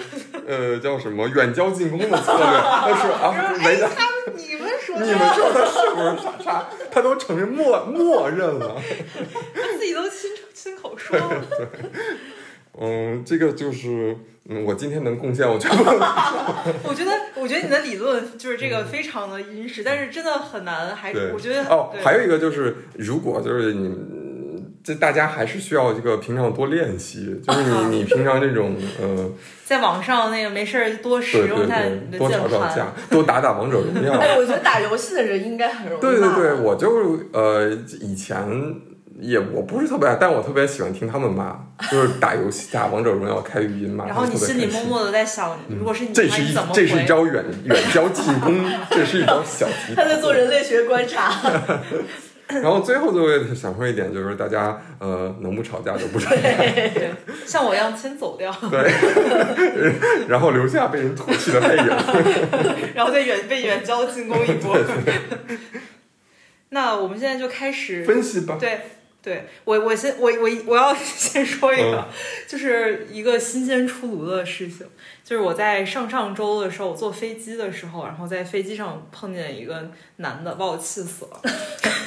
Speaker 1: 呃叫什么远交近攻的策略，他说 啊围的
Speaker 2: 哎他们你们说
Speaker 1: 你们说他是不是傻叉，他都承认默默认了。
Speaker 2: 自己都亲亲 口说了，
Speaker 1: 嗯，这个就是嗯，我今天能贡献，我 觉得
Speaker 2: 我觉得我觉得你的理论就是这个非常的殷实，但是真的很难，还
Speaker 1: 嗯对。
Speaker 2: 我觉得
Speaker 1: 哦，
Speaker 2: 对
Speaker 1: 还有一个就是，如果就是你们这大家还是需要这个平常多练习，就是 你你平常这种呃，
Speaker 2: 在网上那个没事儿多使
Speaker 1: 对
Speaker 2: 用
Speaker 1: 对
Speaker 2: 一下你
Speaker 1: 对，
Speaker 2: 的
Speaker 1: 多
Speaker 2: 键
Speaker 1: 吵吵
Speaker 2: 盘
Speaker 1: 架，多打打王者荣 耀。
Speaker 3: 哎，我觉得打游戏的人应该很容易
Speaker 1: 对对
Speaker 3: 骂
Speaker 1: 对，我就呃以前也我不是特别爱，但我特别喜欢听他们骂，就是打游戏打王者荣耀开语音骂，
Speaker 2: 然后
Speaker 1: 特
Speaker 2: 你
Speaker 1: 别
Speaker 2: 心里
Speaker 1: 开
Speaker 2: 默
Speaker 1: 心嗯
Speaker 2: 默的在想，如果是你，
Speaker 1: 这
Speaker 2: 的话，
Speaker 1: 是
Speaker 2: 你
Speaker 1: 一
Speaker 2: 怎么
Speaker 1: 这是一
Speaker 2: 回？
Speaker 1: 招远远交近攻， 这是一招小题
Speaker 3: 他
Speaker 1: 大
Speaker 3: 在
Speaker 1: 做
Speaker 3: 做。人类学观察，
Speaker 1: 然后最后就会想说一点，就是大家呃能不吵架就不吵架，
Speaker 2: 对，像我一样先 走掉，
Speaker 1: 然后留下被人唾弃的背影。
Speaker 2: 然后再远被远交进攻一 波。 那我们现在就开始
Speaker 1: 分析吧，
Speaker 2: 对对，我我先我我我要 先说一个， 就是一个新鲜出炉的事情，就是我在上上周的时候，我坐飞机的时候，然后在飞机上碰见一个男的，把我气死了。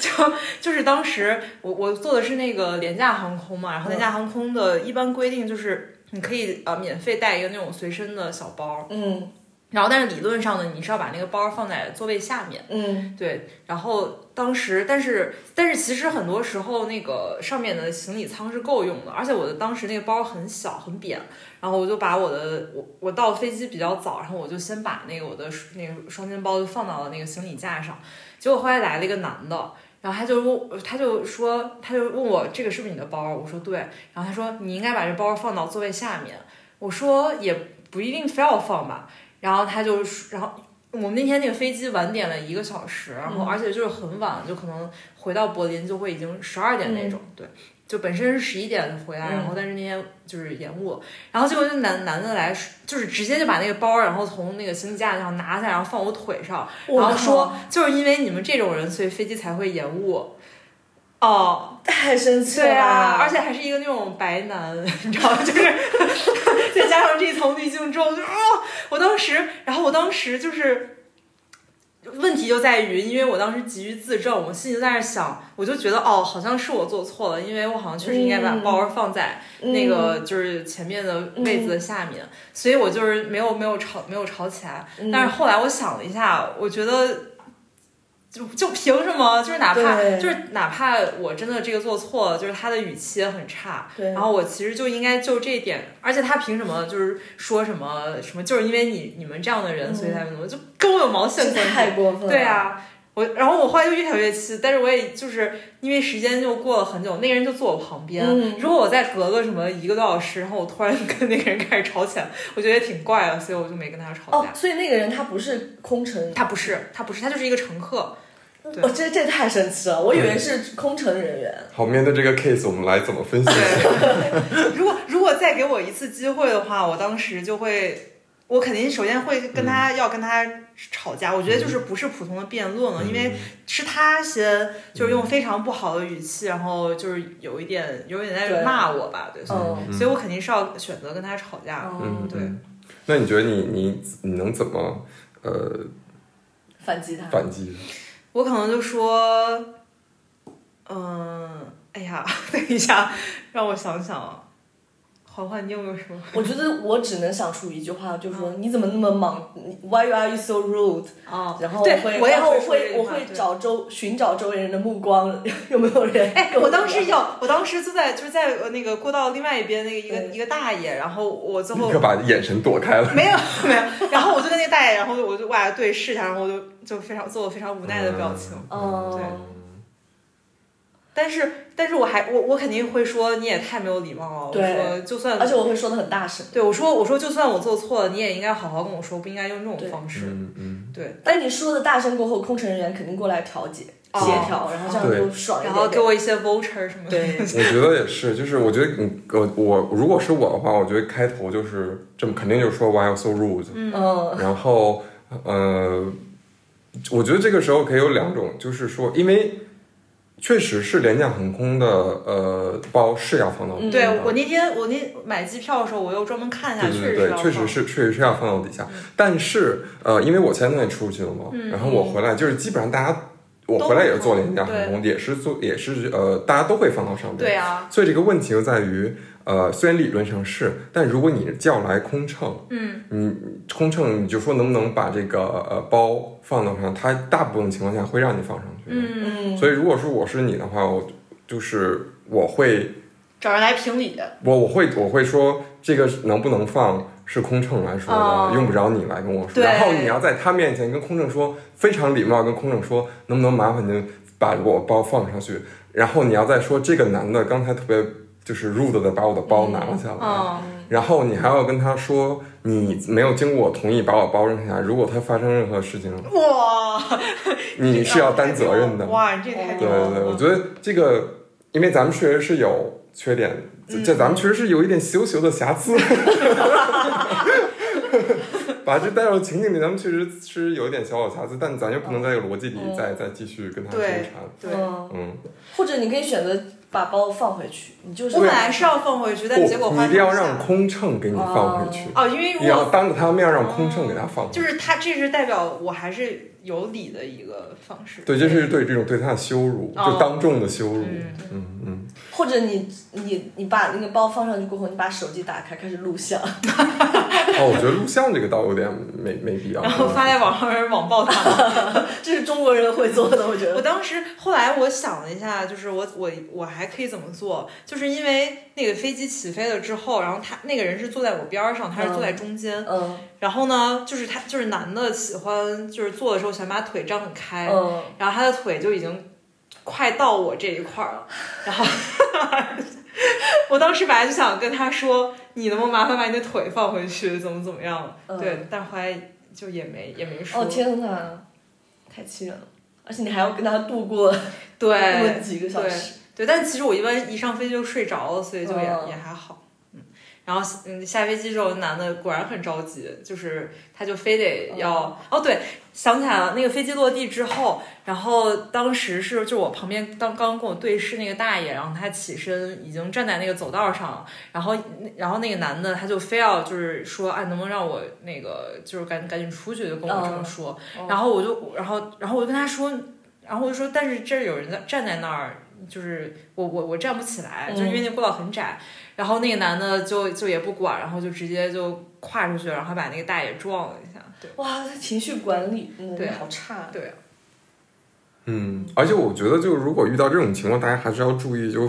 Speaker 2: 就就是当时我我坐的是那个廉价航空嘛，然后廉价航空的一般规定就是你可以呃免费带一个那种随身的小包，
Speaker 3: 嗯
Speaker 2: 然后但是理论上呢，你是要把那个包放在座位下面。
Speaker 3: 嗯，
Speaker 2: 对，然后当时，但是但是其实很多时候那个上面的行李舱是够用的，而且我的当时那个包很小很扁，然后我就把我的我我到飞机比较早，然后我就先把那个我的那个双肩包就放到了那个行李架上，结果后来来了一个男的。然后他就问，他就说，他就问我这个是不是你的包？我说对。然后他说你应该把这包放到座位下面。我说也不一定非要放吧。然后他就说，然后我们那天那个飞机晚点了一个小时，然后而且就是很晚，就可能回到柏林就会已经十二点那种，对，就本身是十一点回来，
Speaker 3: 嗯
Speaker 2: 然后但是那天就是延误了，然后结果那男男的来，就是直接就把那个包，然后从那个行李架上拿下来，然后放我腿上，
Speaker 3: 我
Speaker 2: 然后
Speaker 3: 靠
Speaker 2: 说就是因为你们这种人，所以飞机才会延误。哦，
Speaker 3: 太生气了，
Speaker 2: 对啊，而且还是一个那种白男， 你知道吗？就是再加上这层滤镜之后，就啊、我当时，然后我当时就是。问题就在于，因为我当时急于自证，我心里就在那儿想，我就觉得哦，好像是我做错了，因为我好像确实应该把
Speaker 3: 嗯
Speaker 2: 包放在
Speaker 3: 嗯
Speaker 2: 那个就是前面的位子的下面，所以我就是没有没有吵没有吵起来。
Speaker 3: 嗯
Speaker 2: 但是后来我想了一下，我觉得就就凭什么？就是哪怕
Speaker 3: 对
Speaker 2: 就是哪怕我真的这个做错了，就是他的语气也很差，
Speaker 3: 对
Speaker 2: 然后我其实就应该就这一点，而且他凭什么就是说什么什么，就是因为你你们这样的人，所以才怎么，就跟我有毛线
Speaker 3: 这
Speaker 2: 关系？
Speaker 3: 嗯太过分了，
Speaker 2: 对，啊，我然后我后来就越想越气，但是我也就是因为时间就过了很久，那个人就坐我旁边。
Speaker 3: 嗯
Speaker 2: 如果我再隔个什么一个多小时，然后我突然跟那个人开始吵起来，我觉得也挺怪的，所以我就没跟他吵
Speaker 3: 哦
Speaker 2: 架。，
Speaker 3: 所以那个人他不是空乘，
Speaker 2: 他不是，他不是，他就是一个乘客。对
Speaker 3: 哦，这这太神奇了，我以为是空乘人员，
Speaker 1: 好，面对这个 case，我们来怎么分析？
Speaker 2: 对， 如果如果再给我一次机会的话，我当时就会，我肯定首先会跟他、要跟他吵架。我觉得就是不是普通的辩论了，因为是他先就是用非常不好的语气，然后就是有一点有一点在
Speaker 3: 对
Speaker 2: 骂我吧，对，所以
Speaker 3: 嗯，
Speaker 2: 所以我肯定是要选择跟他吵架的。
Speaker 3: 哦
Speaker 2: 对，
Speaker 1: 嗯那你觉得你你你能怎么呃
Speaker 3: 反击他，
Speaker 1: 反击？
Speaker 2: 我可能就说，嗯、哎呀， 等一下，让我想想啊，环环，你有没有什么？
Speaker 3: 我觉得我只能想出一句话，就
Speaker 2: 嗯
Speaker 3: 说你怎么那么忙你，Why are you so rude？
Speaker 2: 哦
Speaker 3: 然后我
Speaker 2: 对
Speaker 3: 会，
Speaker 2: 我也
Speaker 3: 然后我
Speaker 2: 会说这
Speaker 3: 会，
Speaker 2: 句
Speaker 3: 我
Speaker 2: 话
Speaker 3: 会
Speaker 2: 对
Speaker 3: 找周寻找周围人的目光， 有没有人？
Speaker 2: 哎，我当时有，我当时就在就是在呃那个过道另外一边那个一个
Speaker 3: 对
Speaker 2: 一个大爷，然后我最
Speaker 1: 立
Speaker 2: 后
Speaker 1: 刻把眼神躲开了。
Speaker 2: 没有没有，然后我就跟那个大爷，然后我就哇
Speaker 1: 嗯
Speaker 2: 对哦
Speaker 3: 嗯
Speaker 2: 视一下，然后我就就非常做了非常无奈的表情。
Speaker 3: 哦
Speaker 2: 对，但是，但是我还我我肯定会说你也太没有礼貌了。我
Speaker 3: 对
Speaker 2: 说就算
Speaker 3: 而且我会说的很大声。
Speaker 2: 对我说我说就算我做错了，你也应该好好跟我说，不应该用这种方式。
Speaker 1: 嗯嗯，
Speaker 2: 对，
Speaker 3: 但你说的大声过后，空乘人员肯定过来调解、
Speaker 2: 哦
Speaker 3: 协调，然后这
Speaker 1: 对
Speaker 3: 样就爽一
Speaker 2: 然后
Speaker 3: 点点。
Speaker 2: 给我一些 voucher 什么的。
Speaker 3: 对，
Speaker 1: 我觉得也是，就是我觉得你我我如果是我的话，我觉得开头就是这么，肯定就说 Why you so rude，
Speaker 3: 嗯，
Speaker 1: 然后呃，我觉得这个时候可以有两种，就是说，因为确实是廉价航空的呃包是要放到底
Speaker 3: 嗯
Speaker 1: 下
Speaker 2: 对
Speaker 1: 的
Speaker 2: 我那天我那买机票的时候，我又专门看一下，
Speaker 1: 对对对，确
Speaker 2: 确
Speaker 1: 实
Speaker 2: 实是嗯
Speaker 1: 是确实是要放到底下，但是呃，因为我前段也出去了嘛，然后我回来就是基本上大家，我
Speaker 2: 都
Speaker 1: 回来
Speaker 2: 会
Speaker 1: 也是坐
Speaker 2: 放
Speaker 1: 廉价航
Speaker 2: 对
Speaker 1: 空，也是坐也是呃，大家都会放到上面。
Speaker 2: 对啊，
Speaker 1: 所以这个问题就在于，呃，虽然理论上是，但如果你叫来空乘，
Speaker 2: 嗯，
Speaker 1: 你空乘你就说能不能把这个呃包放到上，它大部分情况下会让你放上去。
Speaker 2: 嗯，
Speaker 3: 嗯，
Speaker 1: 所以如果说我是你的话，我就是我会
Speaker 2: 找人来评理。
Speaker 1: 我我会我会说这个能不能放是空乘来说的，
Speaker 2: 哦
Speaker 1: 用不着你来跟我说。
Speaker 2: 对
Speaker 1: 然后你要在他面前跟空乘说，非常礼貌地跟空乘说，能不能麻烦您把我包放上去？然后你要再说这个男的刚才特别就是 rude 的把我的包拿了下来。
Speaker 2: 嗯，
Speaker 1: 然后你还要跟他说，你没有经过我同意把我包扔下来。如果他发生任何事情，
Speaker 2: 哇，
Speaker 1: 你是要担责任的。
Speaker 2: 哇，你这太
Speaker 1: 对
Speaker 2: 牛了
Speaker 1: 对对，我觉得这个，因为咱们确实是有缺点，这
Speaker 2: 嗯
Speaker 1: 这咱们确实是有一点羞羞的瑕疵。 把这带到情境里，咱们确实是有一点小小瑕疵，但咱又不能在这个逻辑里再、再继续跟他纠
Speaker 2: 嗯对
Speaker 1: 缠。
Speaker 2: 对。
Speaker 3: 嗯，
Speaker 1: 嗯，
Speaker 3: 或者你可以选择把包放回去，你就是
Speaker 2: 我本来是要放回去，但结果
Speaker 1: 不，
Speaker 2: 发
Speaker 1: 你一
Speaker 2: 现
Speaker 1: 定要
Speaker 2: 不
Speaker 1: 让
Speaker 2: 下
Speaker 1: 空乘给你放回去，
Speaker 2: 哦，因为
Speaker 1: 你要
Speaker 2: 我
Speaker 1: 当着他面让空乘给他放回去。
Speaker 2: 就是他，这是代表我还是有理的一个方式。
Speaker 1: 对，这是对这种对他的羞辱，
Speaker 2: 哦
Speaker 1: 就当众的羞辱。
Speaker 2: 嗯
Speaker 1: 嗯嗯，
Speaker 3: 或者你你你把那个包放上去过后，你把手机打开开始录像，
Speaker 1: 哦，我觉得录像这个倒有点没没必要。嗯
Speaker 2: 然后发在网上，人网暴他。
Speaker 3: 这是中国人会做的，我觉
Speaker 2: 我
Speaker 3: 得。
Speaker 2: 当时后来我想了一下，就是我我我还可以怎么做？就是因为那个飞机起飞了之后，然后他那个人是坐在我边儿上，他是坐在中间。
Speaker 3: 嗯
Speaker 2: 然后呢，就是他就是男的喜欢就是坐的时候想把腿张很开，
Speaker 3: 嗯，
Speaker 2: 然后他的腿就已经快到我这一块儿了，然后 我当时本来就想跟他说，你能不能麻烦把你的腿放回去，怎么怎么样？
Speaker 3: 嗯
Speaker 2: 对，但后来就也没也没说。
Speaker 3: 哦天哪，太气人了！而且你还要跟他度过那么
Speaker 2: 对
Speaker 3: 几个小时，哦
Speaker 2: 对，但其实我一般一上飞机就睡着了，所以就也、
Speaker 3: 嗯
Speaker 2: 也还好。嗯，然后嗯下飞机之后，男的果然很着急，就是他就非
Speaker 3: 嗯
Speaker 2: 得要、哦对，想起来了，那个飞机落地之后，然后当时是就我旁边刚刚跟我对视那个大爷，然后他起身已经站在那个走道上了，然后然后那个男的他就非要就是说啊，能不能让我那个就是赶赶紧出去，就跟我这么
Speaker 3: 嗯
Speaker 2: 说，
Speaker 3: 哦
Speaker 2: 然后我就然后然后我就跟他说，然后我就说，但是这儿有人在站在那儿，就是我我我站不起来，
Speaker 3: 嗯
Speaker 2: 就是因为那过道很窄。然后那个男的就就也不管，然后就直接就跨出去，然后把那个大爷撞了一下。对，
Speaker 3: 哇，他情绪管理能力
Speaker 2: 对
Speaker 3: 好差。
Speaker 2: 对啊，
Speaker 1: 嗯，而且我觉得，就是如果遇到这种情况，大家还是要注意，就是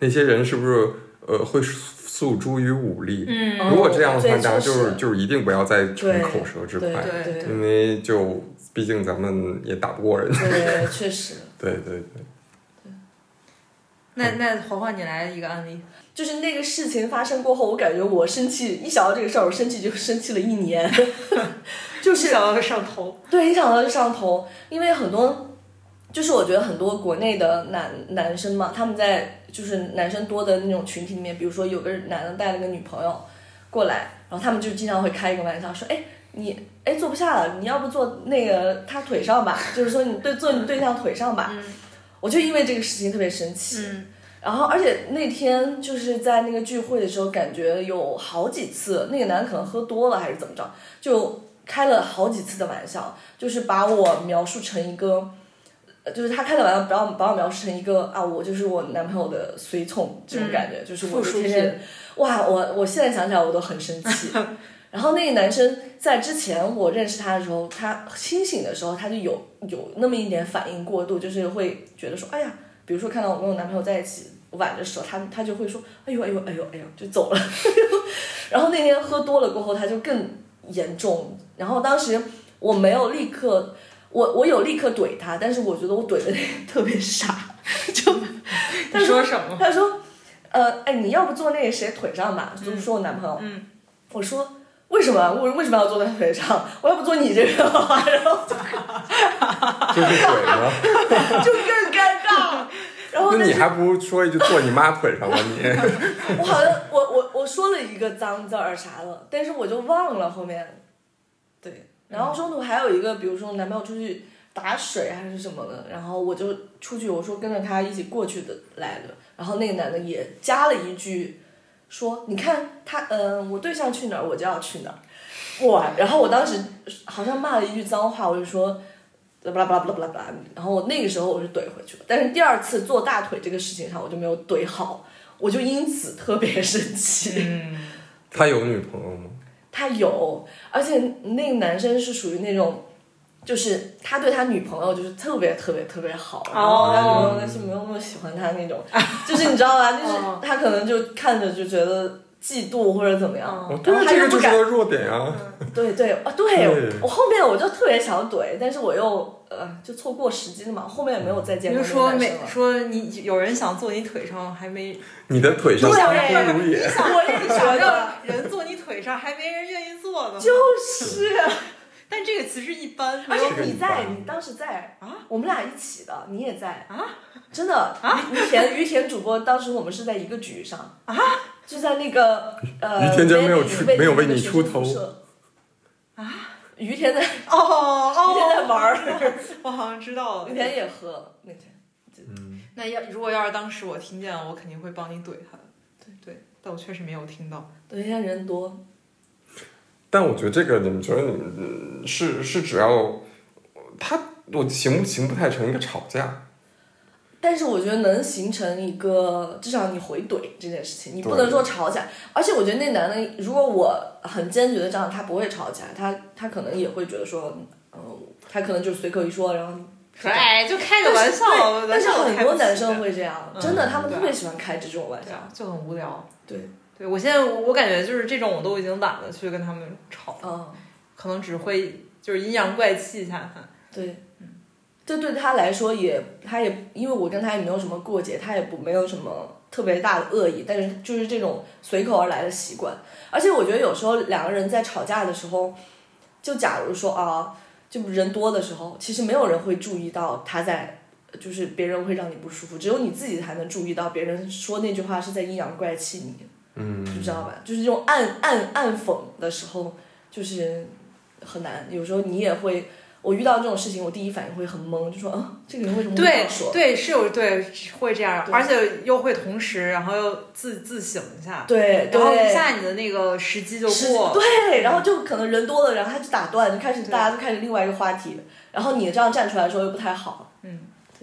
Speaker 1: 那些人是不是呃会诉诸于武力。
Speaker 2: 嗯
Speaker 1: 如果这样的话，
Speaker 3: 对
Speaker 1: 大家
Speaker 3: 确
Speaker 1: 就
Speaker 3: 实
Speaker 1: 是就是一定不要再逞
Speaker 3: 对
Speaker 1: 口舌之
Speaker 3: 对
Speaker 1: 快，
Speaker 2: 对
Speaker 3: 对
Speaker 1: 因为就毕竟咱们也打不过人。
Speaker 3: 对，确实。
Speaker 1: 对对对，
Speaker 2: 那那黄黄，你来一个案例。
Speaker 3: 就是那个事情发生过后，我感觉我生气，一想到这个事儿，我生气就生气了一年，就是
Speaker 2: 想要上头，
Speaker 3: 对，一想到就上头，因为很多，就是我觉得很多国内的男男生嘛，他们在就是男生多的那种群体里面，比如说有个男的带了个女朋友过来，然后他们就经常会开一个玩笑说，哎，你哎坐不下了，你要不坐那个他腿上吧，就是说你对坐你对象腿上吧。我就因为这个事情特别生气，
Speaker 2: 嗯
Speaker 3: 然后，而且那天就是在那个聚会的时候，感觉有好几次，那个男的可能喝多了还是怎么着，就开了好几次的玩笑，就是把我描述成一个，呃就是他开的玩笑，把我把我描述成一个啊，我就是我男朋友的随从这种感觉，就是
Speaker 2: 嗯
Speaker 3: 我
Speaker 2: 附属
Speaker 3: 就
Speaker 2: 品
Speaker 3: 天天，哇，我我现在想起来我都很生 气。然后那个男生在之前我认识他的时候，他清醒的时候他就有有那么一点反应过度，就是会觉得说，哎呀，比如说看到我跟我男朋友在一起挽着手，他他就会说，哎呦哎呦哎呦哎呦，就走了。然后那天喝多了过后，他就更严重。然后当时我没有立刻，我我有立刻怼他，但是我觉得我怼的特别傻，就他
Speaker 2: 你说什么？
Speaker 3: 他说，呃，哎，你要不坐那个谁腿上吧？就是说我男朋友。
Speaker 2: 嗯
Speaker 3: 我说为什么？我为什么要坐在腿上？我要不坐你这个吧？然后就
Speaker 1: 就是腿呢？
Speaker 3: 就更尴尬。然后
Speaker 1: 那
Speaker 3: 但
Speaker 1: 你
Speaker 3: 是
Speaker 1: 还不如说一句坐你妈腿上吧你。
Speaker 3: 我好像我我我说了一个脏字儿啥的，但是我就忘了后面。
Speaker 2: 对，
Speaker 3: 然后中途还有一个，比如说我男朋友出去打水啊还是什么的，然后我就出去，我说跟着他一起过去的来的，然后那个男的也加了一句，说你看他，嗯、我对象去哪儿我就要去哪儿，哇！然后我当时好像骂了一句脏话，我就说。巴拉巴拉巴拉巴拉巴拉，然后我那个时候我是怼回去了，但是第二次做大腿这个事情上我就没有怼好，我就因此特别生气。
Speaker 2: 嗯，
Speaker 1: 他有女朋友吗？
Speaker 3: 他有，而且那个男生是属于那种，就是他对他女朋友就是特别特别特别好，然
Speaker 1: 哦
Speaker 3: 后他女朋友但是没有那么喜欢他那种，
Speaker 1: 啊
Speaker 3: 就是你知道吧，就是
Speaker 2: 哦
Speaker 3: 他可能就看着就觉得嫉妒或者怎么样，
Speaker 1: 哦，
Speaker 2: 嗯
Speaker 1: 对
Speaker 3: 然后
Speaker 1: 啊，
Speaker 3: 他
Speaker 1: 这
Speaker 3: 又
Speaker 1: 个就
Speaker 3: 不
Speaker 1: 是
Speaker 3: 敢
Speaker 1: 他的弱点啊。
Speaker 3: 对对啊，对
Speaker 1: 对
Speaker 3: 我后面我就特别想怼，但是我又呃就错过时机了嘛，后面也没有再见
Speaker 2: 你
Speaker 3: 过
Speaker 2: 就
Speaker 3: 那个
Speaker 2: 说
Speaker 3: 男生
Speaker 2: 没
Speaker 3: 了。
Speaker 2: 说你有人想坐你腿上，还 没
Speaker 1: 你的腿上
Speaker 3: 对
Speaker 1: 三分哎如
Speaker 2: 你
Speaker 1: 也，
Speaker 2: 想
Speaker 3: 我 也觉
Speaker 2: 想
Speaker 3: 得
Speaker 2: 让人坐你腿上，还没人愿意坐 呢。
Speaker 3: 就是，
Speaker 2: 但这个其实一般，
Speaker 3: 而
Speaker 2: 没有
Speaker 3: 且你在，你当时在
Speaker 2: 啊，
Speaker 3: 我们俩一起的，你也在
Speaker 2: 啊，
Speaker 3: 真的啊，于田于田主播，当时我们是在一个局上啊，就在那个呃，
Speaker 1: 于田居然没有
Speaker 3: 威尼
Speaker 1: 出
Speaker 3: 威尼
Speaker 1: 没有为
Speaker 3: 那个
Speaker 1: 你
Speaker 3: 学
Speaker 1: 出
Speaker 3: 生
Speaker 1: 头
Speaker 3: 宿舍啊，于田在于
Speaker 2: 哦哦，
Speaker 3: 田在玩儿，
Speaker 2: 我好像知道
Speaker 3: 于
Speaker 2: 了。
Speaker 3: 田也喝那天，
Speaker 2: 那要如果要是当时我听见了，我肯定会帮你怼他的。对对，但我确实没有听到。
Speaker 3: 对，于田人多，
Speaker 1: 但我觉得这个，你们觉得你们嗯是是只要他我形不形不太成一个吵架，
Speaker 3: 但是我觉得能形成一个，至少你回怼这件事情，你不
Speaker 1: 对
Speaker 3: 能说吵起来，而且我觉得那男的，如果我很坚决的这样，他不会吵起来，他他可能也会觉得说，嗯、他可能就随口一说，然后。
Speaker 2: 哎，就开
Speaker 3: 但是对但
Speaker 2: 但
Speaker 3: 是
Speaker 2: 是
Speaker 3: 很多男生
Speaker 2: 会
Speaker 3: 会这样，
Speaker 2: 嗯
Speaker 3: 真的，他们
Speaker 2: 对
Speaker 3: 特别喜欢开这种玩
Speaker 2: 这
Speaker 3: 笑。
Speaker 2: 样，就很无聊。
Speaker 3: 对，
Speaker 2: 对我现在我感觉就是这种，我都已经懒得去跟他们吵，
Speaker 3: 嗯，
Speaker 2: 可能只会就是阴阳怪气一下他。
Speaker 3: 对，这对他来说也，他也因为我跟他也没有什么过节，他也不没有什么特别大的恶意，但是就是这种随口而来的习惯。而且我觉得有时候两个人在吵架的时候，就假如说啊，就人多的时候，其实没有人会注意到他在。就是别人会让你不舒服，只有你自己才能注意到别人说那句话是在阴阳怪气你。
Speaker 1: 嗯，
Speaker 3: 你知道吧？就是这种暗暗暗讽的时候，就是很难。有时候你也会，我遇到这种事情，我第一反应会很懵，就说啊，这个人为什么会这
Speaker 2: 对
Speaker 3: 样说？
Speaker 2: 对，是有对会这样，
Speaker 3: 对
Speaker 2: 而且又会同时，然后又自自省一下，
Speaker 3: 对
Speaker 2: 然后一
Speaker 3: 对。
Speaker 2: 下你的那个时机就是过。
Speaker 3: 对，然后就可能人多了，然后他就打断，就开始
Speaker 2: 对
Speaker 3: 大家就开始另外一个话题，然后你这样站出来说又不太好，
Speaker 2: 嗯，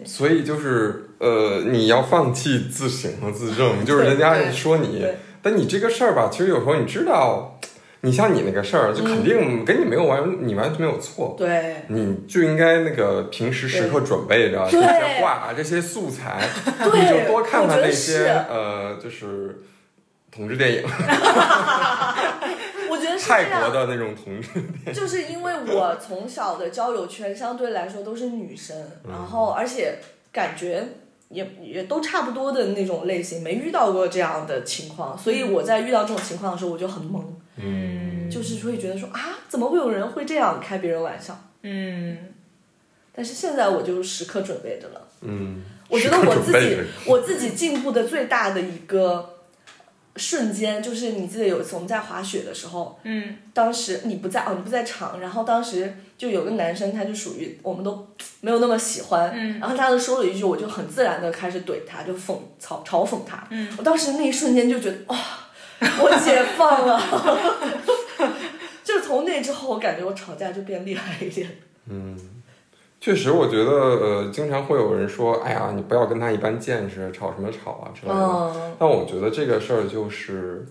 Speaker 1: 所以就是呃，你要放弃自省和自证，就是人家
Speaker 2: 对
Speaker 1: 说你
Speaker 3: 对，
Speaker 1: 但你这个事儿吧，其实有时候你知道，你像你那个事儿，就
Speaker 3: 嗯
Speaker 1: 肯定跟你没有完，你完全没有错。
Speaker 3: 对
Speaker 1: 你就应该那个平时时刻准备着这
Speaker 3: 对
Speaker 1: 些话、啊这些素材， 你就
Speaker 3: 对，
Speaker 1: 多看看
Speaker 3: 我觉
Speaker 1: 那
Speaker 3: 得
Speaker 1: 些
Speaker 3: 是，
Speaker 1: 呃，就是同志电影，
Speaker 3: 我觉得是这
Speaker 1: 泰
Speaker 3: 样
Speaker 1: 国的那种同志。
Speaker 3: 就是因为我从小的交友圈相对来说都是女生，然后而且感觉也也都差不多的那种类型，没遇到过这样的情况，所以我在遇到这种情况的时候，我就很懵，
Speaker 1: 嗯，
Speaker 3: 就是会觉得说啊，怎么会有人会这样开别人玩笑？
Speaker 2: 嗯，
Speaker 3: 但是现在我就时刻准备着了。
Speaker 1: 嗯，
Speaker 3: 我觉得我
Speaker 1: 时刻
Speaker 3: 自
Speaker 1: 准备
Speaker 3: 己
Speaker 1: 着，
Speaker 3: 我自己进步的最大的一个瞬间，就是你记得有一次我们在滑雪的时候，
Speaker 2: 嗯，
Speaker 3: 当时你不在哦，你不在场，然后当时就有个男生，他就属于我们都没有那么喜欢，
Speaker 2: 嗯，
Speaker 3: 然后他就说了一句，我就很自然的开始怼他，就讽嘲嘲讽他，
Speaker 2: 嗯，
Speaker 3: 我当时那一瞬间就觉得哇，我解放了。 就是从那之后，我感觉我吵架就变厉害一点。
Speaker 1: 确实，我觉得呃，经常会有人说，哎呀，你不要跟他一般见识，吵什么吵啊之类的。
Speaker 3: 嗯，
Speaker 1: 但我觉得这个事儿就是，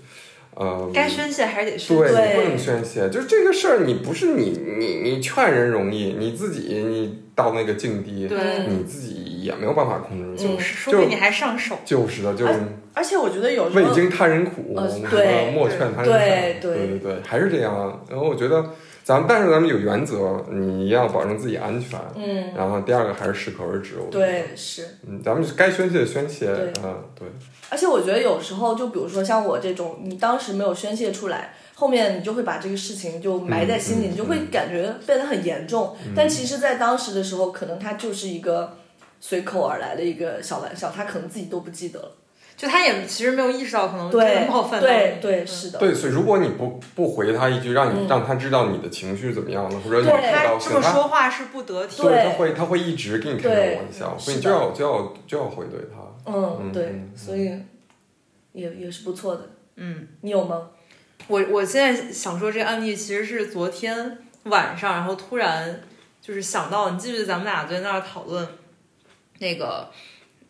Speaker 1: 呃，
Speaker 2: 该宣泄还是得宣
Speaker 1: 对
Speaker 2: 泄。
Speaker 3: 对
Speaker 1: 你不能宣泄，就是这个事儿，你不是你你你劝人容易，你自己你到那个境地，
Speaker 2: 对
Speaker 1: 你自己也没有办法控制住。
Speaker 3: 嗯
Speaker 2: 说不定你还上手。
Speaker 1: 就是的，就是
Speaker 3: 而且我觉得有时
Speaker 1: 未
Speaker 3: 候
Speaker 1: 经他人苦，
Speaker 3: 呃
Speaker 1: 什么
Speaker 3: 对
Speaker 1: 莫劝他人善。
Speaker 3: 对对
Speaker 1: 对对，还是这样啊。然后我觉得。咱们但是咱们有原则，你要保证自己安全。
Speaker 3: 嗯，
Speaker 1: 然后第二个还是适可而止。我觉得，
Speaker 3: 对，是。
Speaker 1: 嗯，咱们该宣泄宣泄
Speaker 3: 对，
Speaker 1: 嗯，对，
Speaker 3: 而且我觉得有时候，就比如说像我这种，你当时没有宣泄出来，后面你就会把这个事情就埋在心
Speaker 1: 嗯
Speaker 3: 里，
Speaker 1: 嗯嗯
Speaker 3: 你就会感觉变得很严重。但其实，在当时的时候，可能它就是一个随口而来的一个小玩笑，他可能自己都不记得了。
Speaker 2: 就他也其实没有意识到可能
Speaker 3: 对
Speaker 2: 真嗯的冒犯到
Speaker 3: 对
Speaker 2: 你
Speaker 3: 对，
Speaker 2: 嗯
Speaker 3: 是的。嗯
Speaker 1: 对，所以如果你不不回他一句，让你、让他知道你的情绪怎么样了，或者你
Speaker 3: 对
Speaker 1: 知
Speaker 2: 他
Speaker 1: 道
Speaker 2: 这
Speaker 1: 是
Speaker 2: 么
Speaker 1: 他，
Speaker 2: 说话是不得体的。
Speaker 1: 对，
Speaker 3: 对
Speaker 1: 他会他会一直给你开这
Speaker 3: 对
Speaker 1: 种玩笑，所以
Speaker 3: 是
Speaker 1: 你就
Speaker 3: 的
Speaker 1: 要就要就要回怼他。
Speaker 3: 嗯，对，
Speaker 1: 嗯
Speaker 3: 所以也也是不错的。
Speaker 2: 嗯，
Speaker 3: 你有吗？
Speaker 2: 我我现在想说这个案例其实是昨天晚上，然后突然就是想到，你记不记得咱们俩昨天在那儿讨论那个？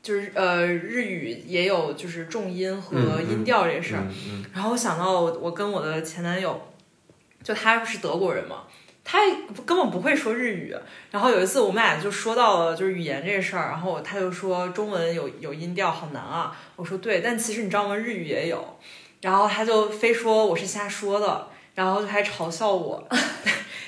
Speaker 2: 就是呃，日语也有就是重音和
Speaker 1: 嗯嗯
Speaker 2: 音调这事儿，
Speaker 1: 嗯嗯
Speaker 2: 然后我想到我我跟我的前男友，就他是德国人嘛，他根本不会说日语。然后有一次我们俩就说到了就是语言这事儿，然后他就说中文有有音调好难啊，我说对，但其实你知道吗？日语也有。然后他就非说我是瞎说的，然后就还嘲笑我。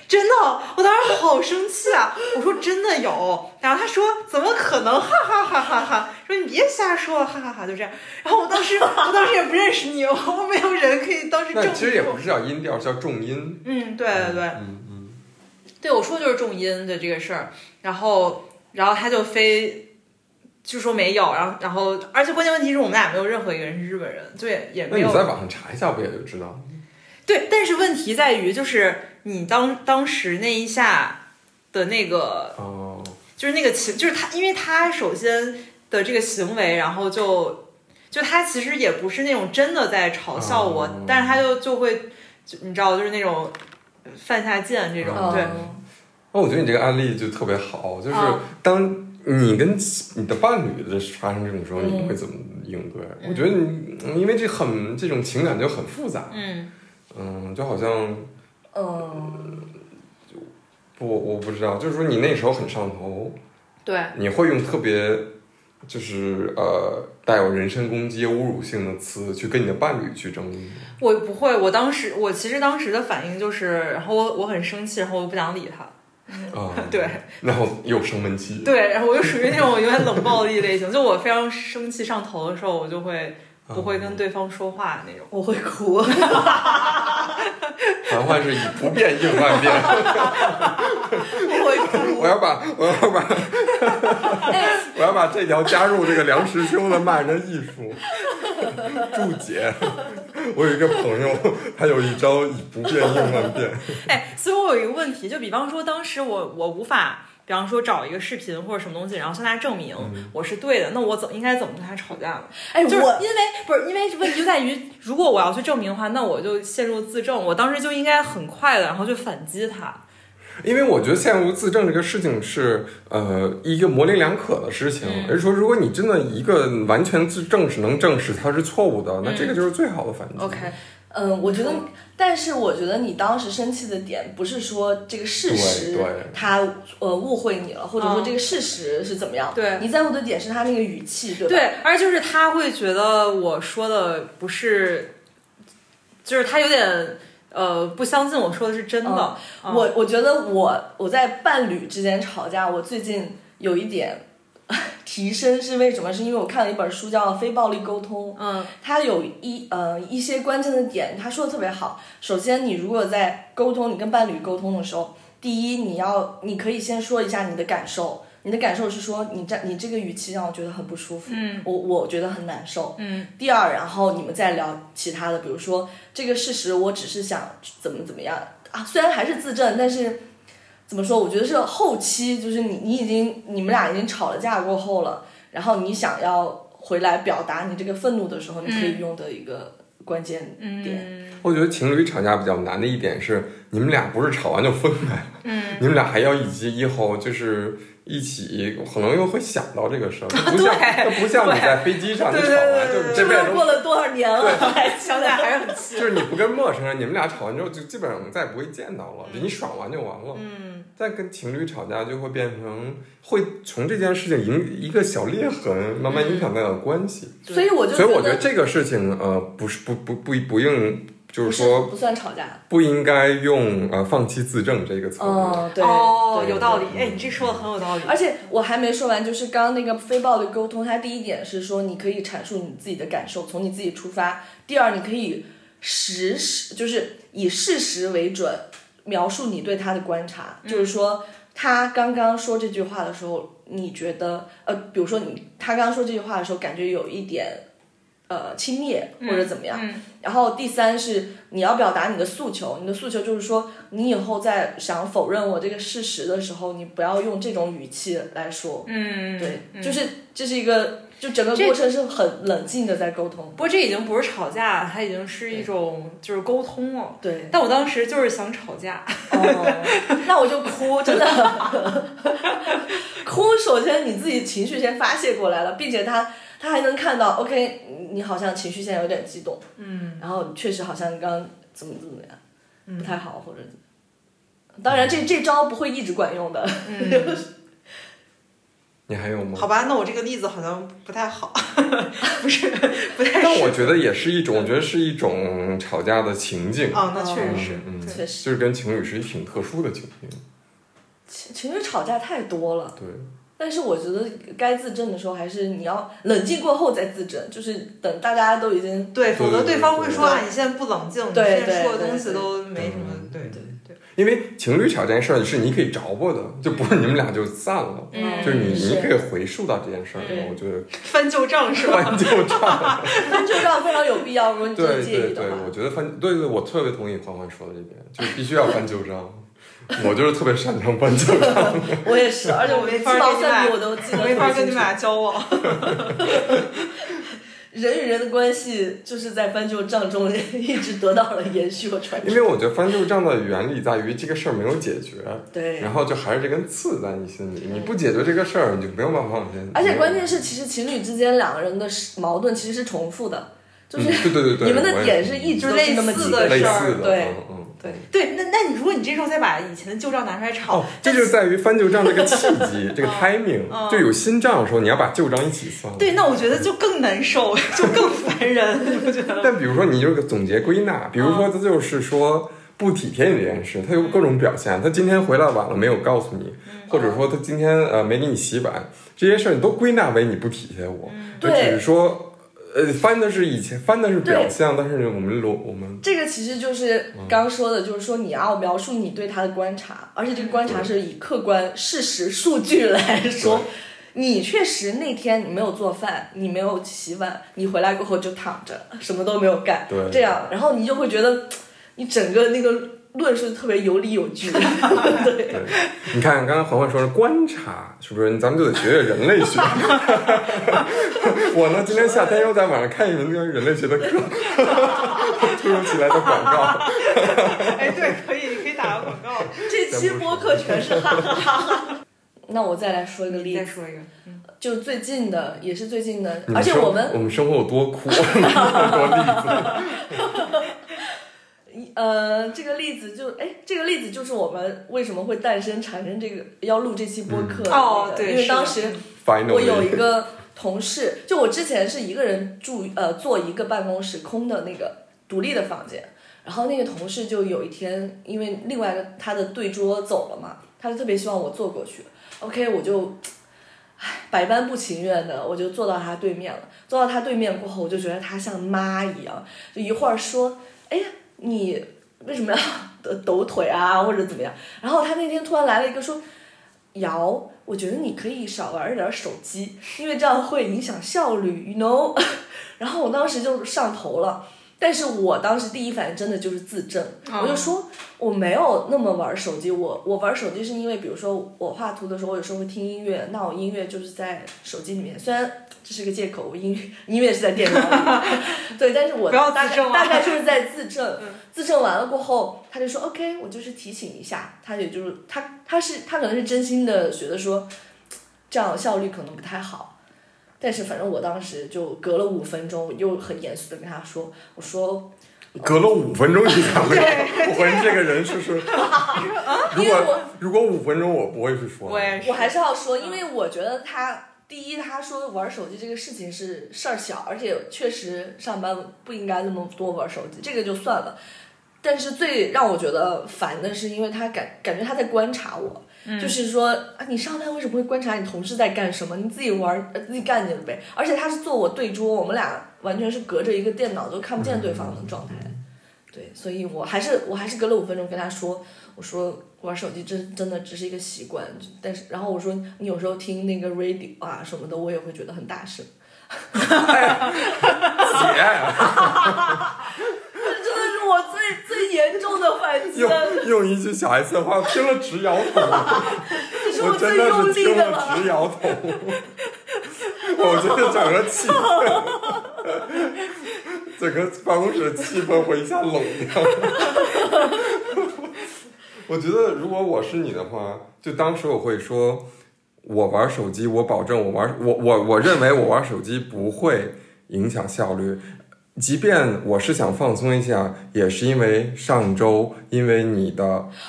Speaker 2: 真的，我当时好生气啊！我说真的有，然后他说怎么可能，哈哈哈哈哈！说你别瞎说了，哈哈哈！就这样。然后我当时，我当时也不认识你，我没有人可以当时
Speaker 1: 那
Speaker 2: 证明。
Speaker 1: 其实也不是叫音调，叫重音。
Speaker 2: 嗯，对对对，
Speaker 1: 嗯嗯，
Speaker 2: 对我说就是重音的这个事儿，然后然后他就非就说没有，然后然后而且关键问题是我们俩没有任何一个人是日本人，就也也
Speaker 1: 那
Speaker 2: 没
Speaker 1: 你
Speaker 2: 有
Speaker 1: 在网上查一下，不也就知道了？
Speaker 2: 对，但是问题在于就是你当当时那一下的那个
Speaker 1: 哦，
Speaker 2: 就是那个情，就是他因为他首先的这个行为，然后就就他其实也不是那种真的在嘲笑我，
Speaker 1: 哦
Speaker 2: 但是他就就会就你知道就是那种犯下贱这种、
Speaker 1: 哦
Speaker 2: 对。
Speaker 3: 嗯
Speaker 1: 那我觉得你这个案例就特别好，就是
Speaker 2: 啊
Speaker 1: 当你跟你的伴侣的发生这种时候，
Speaker 3: 嗯
Speaker 1: 你会怎么应对？我觉得你，因为这很这种情感就很复杂，
Speaker 2: 嗯，
Speaker 1: 嗯，就好像
Speaker 3: 嗯，
Speaker 1: 不，我不知道，就是说你那时候很上头，
Speaker 2: 对，
Speaker 1: 你会用特别就是呃带有人身攻击、侮辱性的词去跟你的伴侣去争论。
Speaker 2: 我不会，我当时我其实当时的反应就是，然后我我很生气，然后我不想理他，
Speaker 1: 啊，
Speaker 2: 对，
Speaker 1: 然后又生闷气，
Speaker 2: 对，然后我就属于那种有点冷暴力类型，就我非常生气上头的时候，我就会不会跟对方说话那种。
Speaker 3: 我会哭。
Speaker 1: 传唤是以不变应万变。
Speaker 3: 我会哭。
Speaker 1: 我要把我要把我要把这条加入这个梁实秋的骂人艺术注解。我有一个朋友，他有一招以不变应万变。
Speaker 2: 哎，所以我有一个问题，就比方说当时我我无法，比方说找一个视频或者什么东西，然后向他证明我是对的，那我怎应该怎么跟他吵架呢？
Speaker 3: 哎，
Speaker 2: 就是
Speaker 3: 我
Speaker 2: 因为不是因为问题就在于，如果我要去证明的话，那我就陷入自证，我当时就应该很快的，然后就反击他。
Speaker 1: 因为我觉得陷入自证这个事情是呃一个模棱两可的事情，
Speaker 2: 嗯
Speaker 1: 也就是说，如果你真的一个完全自证是能证实它是错误的，那这个就是最好的反击。
Speaker 2: 嗯 OK，
Speaker 3: 嗯，我觉得，但是我觉得你当时生气的点不是说这个事实
Speaker 1: 对对
Speaker 3: 他呃误会你了，或者说
Speaker 2: 嗯
Speaker 3: 这个事实是怎么样，
Speaker 2: 对
Speaker 3: 你在乎的点是他那个语气，对吧？
Speaker 2: 对，而就是他会觉得我说的不是，就是他有点呃不相信我说的是真的。嗯
Speaker 3: 我我觉得我我在伴侣之间吵架，我最近有一点 提升是为什么？是因为我看了一本书叫《非暴力沟通》，
Speaker 2: 嗯
Speaker 3: 它有一呃一些关键的点，他说的特别好。首先，你如果在沟通，你跟伴侣沟通的时候，第一，你要你可以先说一下你的感受，你的感受是说你这你这个语气让我觉得很不舒服，
Speaker 2: 嗯
Speaker 3: 我我觉得很难受。
Speaker 2: 嗯
Speaker 3: 第二，然后你们再聊其他的，比如说这个事实，我只是想怎么怎么样啊，虽然还是自证，但是怎么说？我觉得是后期，就是你你已经你们俩已经吵了架过后了，然后你想要回来表达你这个愤怒的时候，你可以用的一个关键点。
Speaker 2: 嗯
Speaker 1: 我觉得情侣吵架比较难的一点是，你们俩不是吵完就分开，
Speaker 2: 嗯，
Speaker 1: 你们俩还要以及以后就是一起，可能又会想到这个 事儿，不像
Speaker 2: 对
Speaker 1: 它不像你在飞机上你
Speaker 2: 对
Speaker 1: 吵
Speaker 2: 对
Speaker 1: 完
Speaker 2: 对对
Speaker 1: 就
Speaker 2: 对
Speaker 1: 这
Speaker 3: 这
Speaker 1: 辈
Speaker 3: 不
Speaker 1: 子
Speaker 3: 是过了多少年了，还
Speaker 2: 想起来还是很气。
Speaker 1: 就是你不跟陌生人，你们俩吵完之后就基本上再也不会见到了，就你爽完就完了。
Speaker 2: 嗯，
Speaker 1: 但跟情侣吵架就会变成会从这件事情影一个小裂痕，慢慢影响到关系。
Speaker 3: 所以我就
Speaker 1: 所以我觉
Speaker 3: 觉
Speaker 1: 得这个事情，呃，不是不不不不应就
Speaker 3: 不
Speaker 1: 是说
Speaker 3: 不算吵架。
Speaker 1: 不应该用呃放弃自证这个词。
Speaker 3: 嗯，对，
Speaker 2: 哦，
Speaker 3: 对
Speaker 2: 有道理，哎，你这说的很有道理，
Speaker 3: 而且我还没说完，就是刚刚那个非暴力沟通，它第一点是说你可以阐述你自己的感受，从你自己出发；第二，你可以实时，就是以事实为准，描述你对他的观察，就是说他刚刚说这句话的时候，你觉得呃，比如说你他刚刚说这句话的时候，感觉有一点。呃，轻蔑
Speaker 2: 嗯
Speaker 3: 或者怎么样，然后第三是你要表达你的诉求，你的诉求就是说，你以后在想否认我这个事实的时候，你不要用这种语气来说。
Speaker 2: 嗯，
Speaker 3: 对，
Speaker 2: 嗯
Speaker 3: 就是这是一个，就整个过程是很冷静的在沟通。
Speaker 2: 不过这已经不是吵架，它已经是一种就是沟通了。
Speaker 3: 对，
Speaker 2: 但我当时就是想吵架，
Speaker 3: 哦，那我就哭，真的， 哭。首先你自己情绪先发泄过来了，并且他他还能看到，OK，你好像情绪现在有点激动，
Speaker 2: 嗯，
Speaker 3: 然后确实好像刚刚怎么怎么样，不太好或者怎么样。当然这，这招不会一直管用的。
Speaker 2: 嗯
Speaker 1: 你还有吗？
Speaker 2: 好吧，那我这个例子好像不太好， 不是不太
Speaker 1: 但
Speaker 2: 是
Speaker 1: 我觉得也是一种，我觉得是一种吵架的情境，
Speaker 2: 啊，那确实是，
Speaker 1: 嗯嗯
Speaker 3: 确实，
Speaker 1: 就是跟情侣是一挺特殊的情境。
Speaker 3: 情情侣吵架太多了，
Speaker 1: 对，
Speaker 3: 但是我觉得该自证的时候，还是你要冷静过后再自证，就是等大家都已经
Speaker 2: 对，否则
Speaker 1: 嗯对对
Speaker 2: 对方会
Speaker 1: 对
Speaker 2: 说
Speaker 3: 对
Speaker 2: 啊，你现在不冷静，你
Speaker 3: 对
Speaker 2: 现在
Speaker 3: 对
Speaker 2: 说的
Speaker 3: 对
Speaker 2: 东西
Speaker 3: 对
Speaker 2: 都没什么，对
Speaker 1: 对
Speaker 2: 对对，
Speaker 1: 因为情侣吵这件事儿是你可以着吧的，就不是你们俩就散了，
Speaker 2: 嗯
Speaker 1: 就是你你
Speaker 3: 是
Speaker 1: 可以回溯到这件事儿
Speaker 2: 对，
Speaker 1: 我觉得
Speaker 2: 翻旧账是 吧？
Speaker 1: 翻旧 账。
Speaker 3: 翻旧账非常有必要。如果你真的
Speaker 1: 对
Speaker 3: 介
Speaker 1: 对
Speaker 3: 意的
Speaker 1: 对，
Speaker 3: 话
Speaker 1: 我，觉得翻对对，我特别同意欢欢说的这点，就是必须要翻旧账。我就是特别擅长翻旧 账，
Speaker 3: 我也 是，而且我
Speaker 2: 没
Speaker 3: 鸡
Speaker 2: 法跟
Speaker 3: 毛
Speaker 2: 你
Speaker 3: 蒜
Speaker 2: 俩
Speaker 3: 皮我都记得
Speaker 2: 没法
Speaker 3: 特别
Speaker 2: 跟你们
Speaker 3: 清楚
Speaker 2: 俩交往，
Speaker 3: 人与人的关系就是在翻旧账中一直得到了延续和传
Speaker 1: 因
Speaker 3: 承。
Speaker 1: 为我觉得翻旧账的原理在于这个事儿没有解决，
Speaker 3: 对，
Speaker 1: 然后就还是这根刺在你心里，你不解决这个事儿，你就没有办法往前。
Speaker 3: 而且关键是，其实情侣之间两个人的是矛盾其实是重复的，就是
Speaker 1: 嗯对对对对
Speaker 3: 你们
Speaker 1: 我
Speaker 3: 的
Speaker 1: 也
Speaker 3: 点
Speaker 1: 是
Speaker 3: 是一直
Speaker 2: 就是
Speaker 3: 都是那么
Speaker 2: 类似
Speaker 3: 几
Speaker 2: 的
Speaker 3: 个
Speaker 1: 类
Speaker 2: 事
Speaker 1: 似
Speaker 2: 儿
Speaker 1: 的，
Speaker 3: 对
Speaker 1: 嗯嗯，
Speaker 3: 对
Speaker 2: 对，那那你如果你这时候再把以前的旧账拿出来吵
Speaker 1: 哦，，这就是在于翻旧账这个契机，这个 timing，就有新账的时候，你要把旧账一起算。
Speaker 2: 对，那我觉得就更难受，就更烦人，你 不觉得吗？
Speaker 1: 但比如说，你就是个总结归纳，比如说，他就是说不体贴你这件事，他有各种表现。他今天回来晚了没有告诉你，或者说他今天呃没给你洗碗，这些事儿你都归纳为你不体贴我。就
Speaker 3: 对
Speaker 1: 只是说，呃，翻的是以前翻的是表
Speaker 3: 对
Speaker 1: 象，但是我们逻我们
Speaker 3: 这个其实就是
Speaker 1: 嗯
Speaker 3: 刚说的，就是说你要描述你对他的观察，而且这个观察是以客观事实数据来说
Speaker 1: 对。
Speaker 3: 你确实那天你没有做饭，你没有洗碗，你回来过后就躺着，什么都没有干，
Speaker 1: 对
Speaker 3: 这样，然后你就会觉得，嗯你整个那个论述特别有理有 据，对，
Speaker 1: 对，你看刚刚环环说是观察，是不是？咱们就得学学人类学。 我呢，今天夏天又在网上看一门关于人类学的课， 突如其来的广告。
Speaker 2: 哎，对，可以可以打个广 告。
Speaker 3: 这期播客全是哈哈哈 哈。那我再来说一个例
Speaker 2: 再
Speaker 3: 子，
Speaker 2: 说一个，嗯
Speaker 3: 就最近的，也是最近的
Speaker 1: 你，
Speaker 3: 而且
Speaker 1: 生
Speaker 3: 我们
Speaker 1: 我们生活有多苦， 多例
Speaker 3: 呃，这个例子就哎，这个例子就是我们为什么会诞生产生这个要录这期播客的
Speaker 2: 嗯哦
Speaker 3: 那个
Speaker 2: 对
Speaker 3: 因为
Speaker 2: 是的
Speaker 3: 当时
Speaker 2: 嗯
Speaker 1: 子。Finally，
Speaker 3: 我有一个同事，就我之前是一个人住呃坐一个办公室空的那个独立的房间，然后那个同事就有一天因为另外一个他的对桌走了嘛，他就特别希望我坐过去，OK 我就。唉，百般不情愿的，我就坐到他对面了。坐到他对面过后，我就觉得他像妈一样，就一会儿说：“哎呀，你为什么要抖抖腿啊，或者怎么样？”然后他那天突然来了一个说：“瑶，我觉得你可以少玩一点手机，因为这样会影响效率，you know。然 后我当时就上头了，但是我当时第一反应真的就是自证，
Speaker 2: 哦
Speaker 3: 我就说我没有那么玩手机，我我玩手机是因为，比如说我画图的时候，我有时候会听音乐，那我音乐就是在手机里面，虽然这是个借口，我音乐音乐是在电脑里， 对，但是我
Speaker 2: 不要
Speaker 3: 大
Speaker 2: 自
Speaker 3: 概
Speaker 2: 证啊
Speaker 3: 大概就是在自证，自证完了过后，他就说 OK，我就是提醒一下，他也就是他他是他可能是真心的觉得说这样效率可能不太好，但是反正我当时就隔了五分钟，我又很严肃的跟他说，我说
Speaker 1: 隔了五分钟你才会，我发现这个人是是。如
Speaker 3: 因为
Speaker 1: 果
Speaker 3: 我
Speaker 1: 如果五分钟我不会去说，
Speaker 2: 我也是，
Speaker 3: 我还是要说，因为我觉得他。第一，他说玩手机这个事情是事儿小，而且确实上班不应该那么多玩手机，这个就算了。但是最让我觉得烦的是，因为他感感觉他在观察我，就是说啊，你上班为什么会观察你同事在干什么？你自己玩，呃自己干去了呗。而且他是坐我对桌，我们俩完全是隔着一个电脑都看不见对方的状态。对，所以我还是我还是隔了五分钟跟他说，我说玩手机真真的只是一个习惯，但是然后我说你有时候听那个 radio 啊什么的，我也会觉得很大声，
Speaker 1: 姐
Speaker 3: 这真的是我最最严重的反击
Speaker 1: 用
Speaker 3: 了，
Speaker 1: 用一句小 S 的话，听了直摇头，
Speaker 3: 这是
Speaker 1: 我
Speaker 3: 最
Speaker 1: 真的
Speaker 3: 用
Speaker 1: 是
Speaker 3: 力
Speaker 1: 听了
Speaker 3: 的了。
Speaker 1: 直摇头，我觉得整个气氛，整个办公室气氛会一下冷掉。我觉得如果我是你的话，就当时我会说，我玩手机，我保证我玩我我我认为我玩手机不会影响效率。即便我是想放松一下，也是因为上周因为你的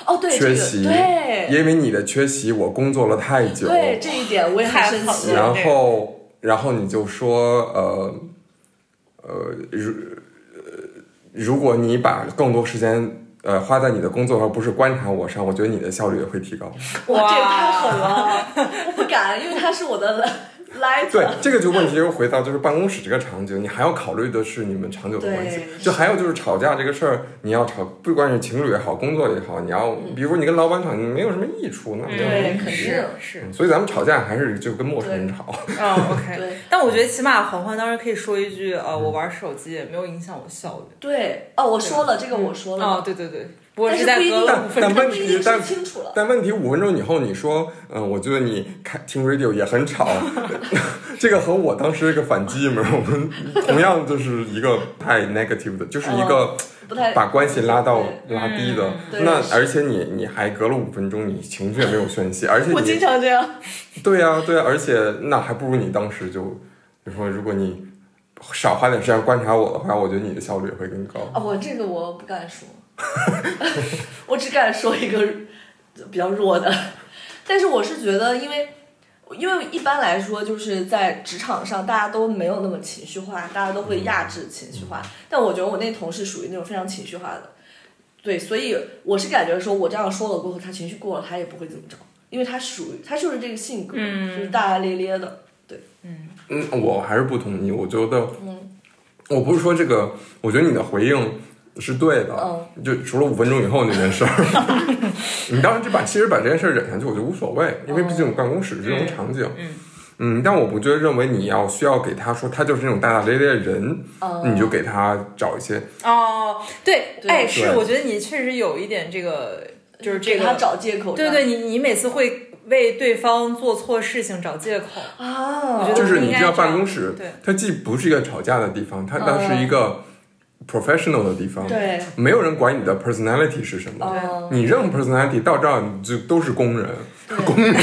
Speaker 3: 哦，对，这
Speaker 1: 缺
Speaker 3: 个
Speaker 1: 席，
Speaker 3: 对
Speaker 1: 因为你的缺席，我工作了太久，
Speaker 3: 对这一点我也很生气
Speaker 2: 太。好了
Speaker 1: 然后然后你就说呃呃如呃如果你把更多时间呃花在你的工作上，不是观察我上，我觉得你的效率也会提 高。
Speaker 3: 哇，这也
Speaker 2: 哇
Speaker 3: 太狠了！我不敢，因为他是我的 light。
Speaker 1: 对，这个就问题又回到就是办公室这个场景，你还要考虑的是你们长久的关系
Speaker 3: 对。
Speaker 1: 就还有就是吵架这个事儿，你要吵，不管是情侣也好，工作也好，你要比如说你跟老板吵，你没有什么益处，那没有什么
Speaker 3: 对
Speaker 1: 意
Speaker 3: 肯定
Speaker 1: 义。
Speaker 2: 是是，
Speaker 1: 所以咱们吵架还是就跟陌生人吵。
Speaker 2: 嗯，OK
Speaker 3: 对。
Speaker 2: 但我觉得起码环环当时可以说一句，呃，我玩手机也没有影响我效率。
Speaker 3: 对，哦，我说了这个，我说
Speaker 2: 哦，
Speaker 3: 了，
Speaker 2: 对对对，不过
Speaker 3: 嗯但是
Speaker 2: 在
Speaker 3: 不一定
Speaker 2: 隔了五分
Speaker 1: 但
Speaker 2: 钟。
Speaker 1: 问
Speaker 3: 不一
Speaker 1: 题
Speaker 3: 定，
Speaker 1: 但
Speaker 3: 说清楚了。
Speaker 1: 但问题五分钟以后，你说，嗯、我觉得你开听 radio 也很吵， 这个和我当时这个反击没有，我们同样就是一个太 negative 的，就是一个
Speaker 3: 不哦太
Speaker 1: 把关系拉到
Speaker 3: 对嗯
Speaker 1: 拉低的。
Speaker 3: 对
Speaker 1: 那
Speaker 3: 是
Speaker 1: 而且你你还隔了五分钟，你情绪也没有宣泄，而且
Speaker 3: 我经
Speaker 1: 你
Speaker 3: 常这样。
Speaker 1: 对呀、对呀、啊而且那还不如你当时就，你说如果你少花点时间观察我的话，我觉得你的效率也会更高。
Speaker 3: 啊，我这个我不敢说， 我只敢说一个比较弱的。但是我是觉得，因为因为一般来说，就是在职场上，大家都没有那么情绪化，大家都
Speaker 2: 嗯
Speaker 3: 会压制情绪化。但我觉得我那同事属于那种非常情绪化的，对，所以我是感觉说，我这样说了过后，他情绪过了，他也不会怎么着，因为他属于他就是这个性格，
Speaker 2: 嗯
Speaker 3: 就是大大咧咧的。对，
Speaker 1: 嗯，我还是不同意。我觉得，
Speaker 2: 嗯
Speaker 1: 我不是说这个，我觉得你的回应是对的。
Speaker 2: 嗯
Speaker 1: 就除了五分钟以后那件事儿， 你当时就把其实把这件事儿忍下去，我觉得无所谓，因为毕
Speaker 2: 哦
Speaker 1: 竟办公室这种场景。嗯但我不觉得认为你要需要给他说他就是那种大大咧咧的人，你就给他找一些
Speaker 2: 哦，对，
Speaker 3: 对
Speaker 2: 哎，是，
Speaker 1: 对
Speaker 2: 我觉得你确实有一点这个，就是这
Speaker 3: 给他
Speaker 2: 个，
Speaker 3: 找借口。
Speaker 2: 对对，你你每次会为对方做错事情找借口，
Speaker 3: 啊，
Speaker 2: 我觉得
Speaker 1: 就是你
Speaker 2: 哦应该
Speaker 1: 知道
Speaker 2: 这样
Speaker 1: 办公室
Speaker 2: 对，哦
Speaker 1: 它既不是一个吵架的地方，它但是一个 professional 的地方。
Speaker 3: 对，
Speaker 1: 没有人管你的 personality 是什么。
Speaker 3: 哦
Speaker 1: 你
Speaker 2: 嗯
Speaker 1: 任何 personality 到这儿你就都是工人， 工人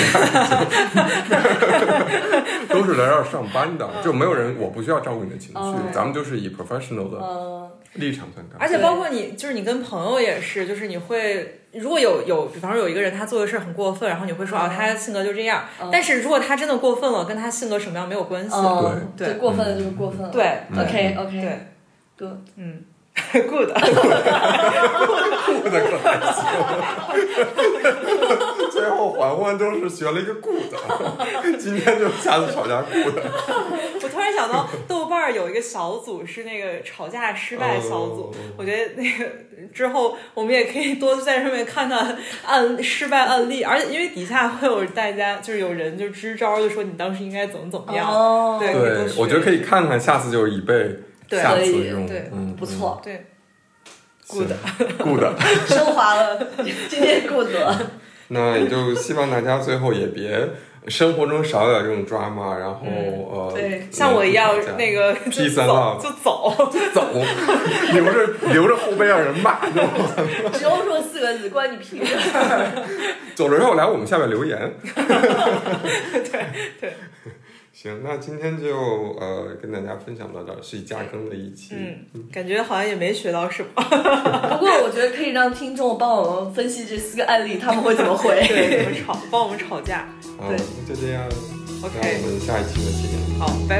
Speaker 1: 都是来这儿上班的，就没有人，我不需要照顾你的情绪，咱们就是以 professional 的
Speaker 3: 嗯，
Speaker 1: 立场参
Speaker 2: 哦而
Speaker 1: 看。
Speaker 2: 且
Speaker 3: 对
Speaker 2: 包括你，就是你跟朋友也是，就是你会。如果有有，比方说有一个人他做的事儿很过分，然后你会说
Speaker 3: 嗯
Speaker 2: 啊，他性格就这样。但是如果他真的过分了，跟他性格什么样没有关系。
Speaker 3: 嗯，
Speaker 2: 对嗯
Speaker 3: 对，过分了就是过分了。
Speaker 2: 对
Speaker 3: ，OK OK，
Speaker 2: 对
Speaker 3: 对，
Speaker 2: ，good。
Speaker 1: 酷的可还行，最后环环都是学了一个 good，今天就下次吵架 good。
Speaker 2: 我突然想到，豆瓣儿有一个小组是那个吵架失败小组
Speaker 1: 哦，
Speaker 2: 我觉得那个之后我们也可以多在上面看看案失败案例，而且因为底下会有大家就是有人就支招，就说你当时应该怎么怎么样，
Speaker 3: 哦
Speaker 2: 对，可以多
Speaker 1: 对，我觉得可
Speaker 2: 以，
Speaker 1: 以看看，下次就以备
Speaker 2: 对
Speaker 1: 下
Speaker 3: 可
Speaker 1: 次
Speaker 3: 以
Speaker 1: 用。
Speaker 2: 对
Speaker 1: 嗯，
Speaker 3: 不错，
Speaker 2: 对，
Speaker 1: good good。
Speaker 2: 嗯
Speaker 3: 升华了，今天够得。
Speaker 1: 那也就希望大家最后也别生活中少点这种 drama，然后、呃，
Speaker 3: 对
Speaker 2: 嗯像我一样那
Speaker 1: 个
Speaker 2: 个就
Speaker 1: Peace and love
Speaker 2: 走就 走，
Speaker 1: 走，留着留着后背让人骂。就
Speaker 3: 只有说四个字，关你屁事。
Speaker 1: 走了之后来我们下面留言。
Speaker 2: 对对，
Speaker 1: 行，那今天就呃跟大家分享到这儿，是一加更的一期。
Speaker 2: 嗯，感觉好像也没学到什么，
Speaker 3: 不过我觉得可以让听众帮我们分析这四个案例，他们会怎么回。
Speaker 2: 对，怎么吵，帮我们吵架，
Speaker 1: 啊，
Speaker 2: 对
Speaker 1: 那就这样，那我
Speaker 2: OK，
Speaker 1: 们下一期再见。
Speaker 2: 好，拜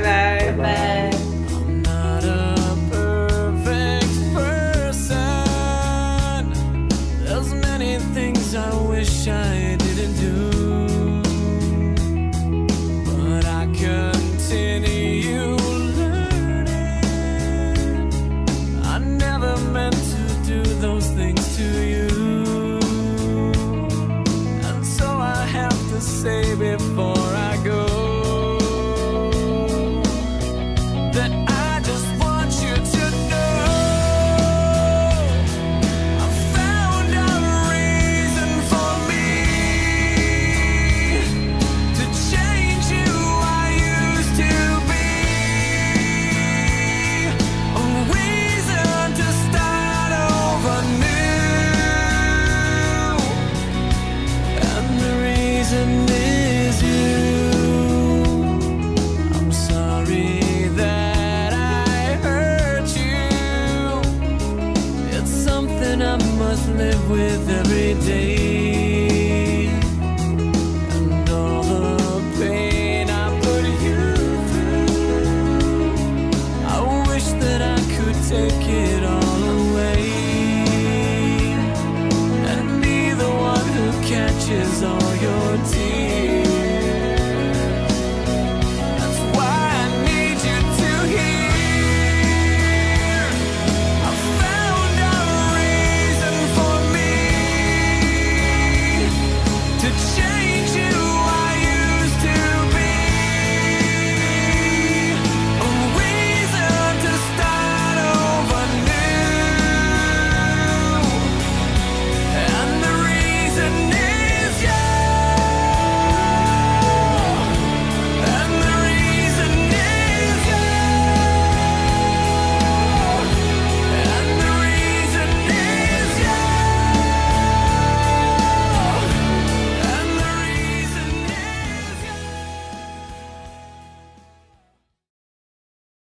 Speaker 1: 拜
Speaker 2: 拜，
Speaker 1: 拜
Speaker 3: 拜。
Speaker 4: I'm not a perfect person. There's many things I wish I didn't do.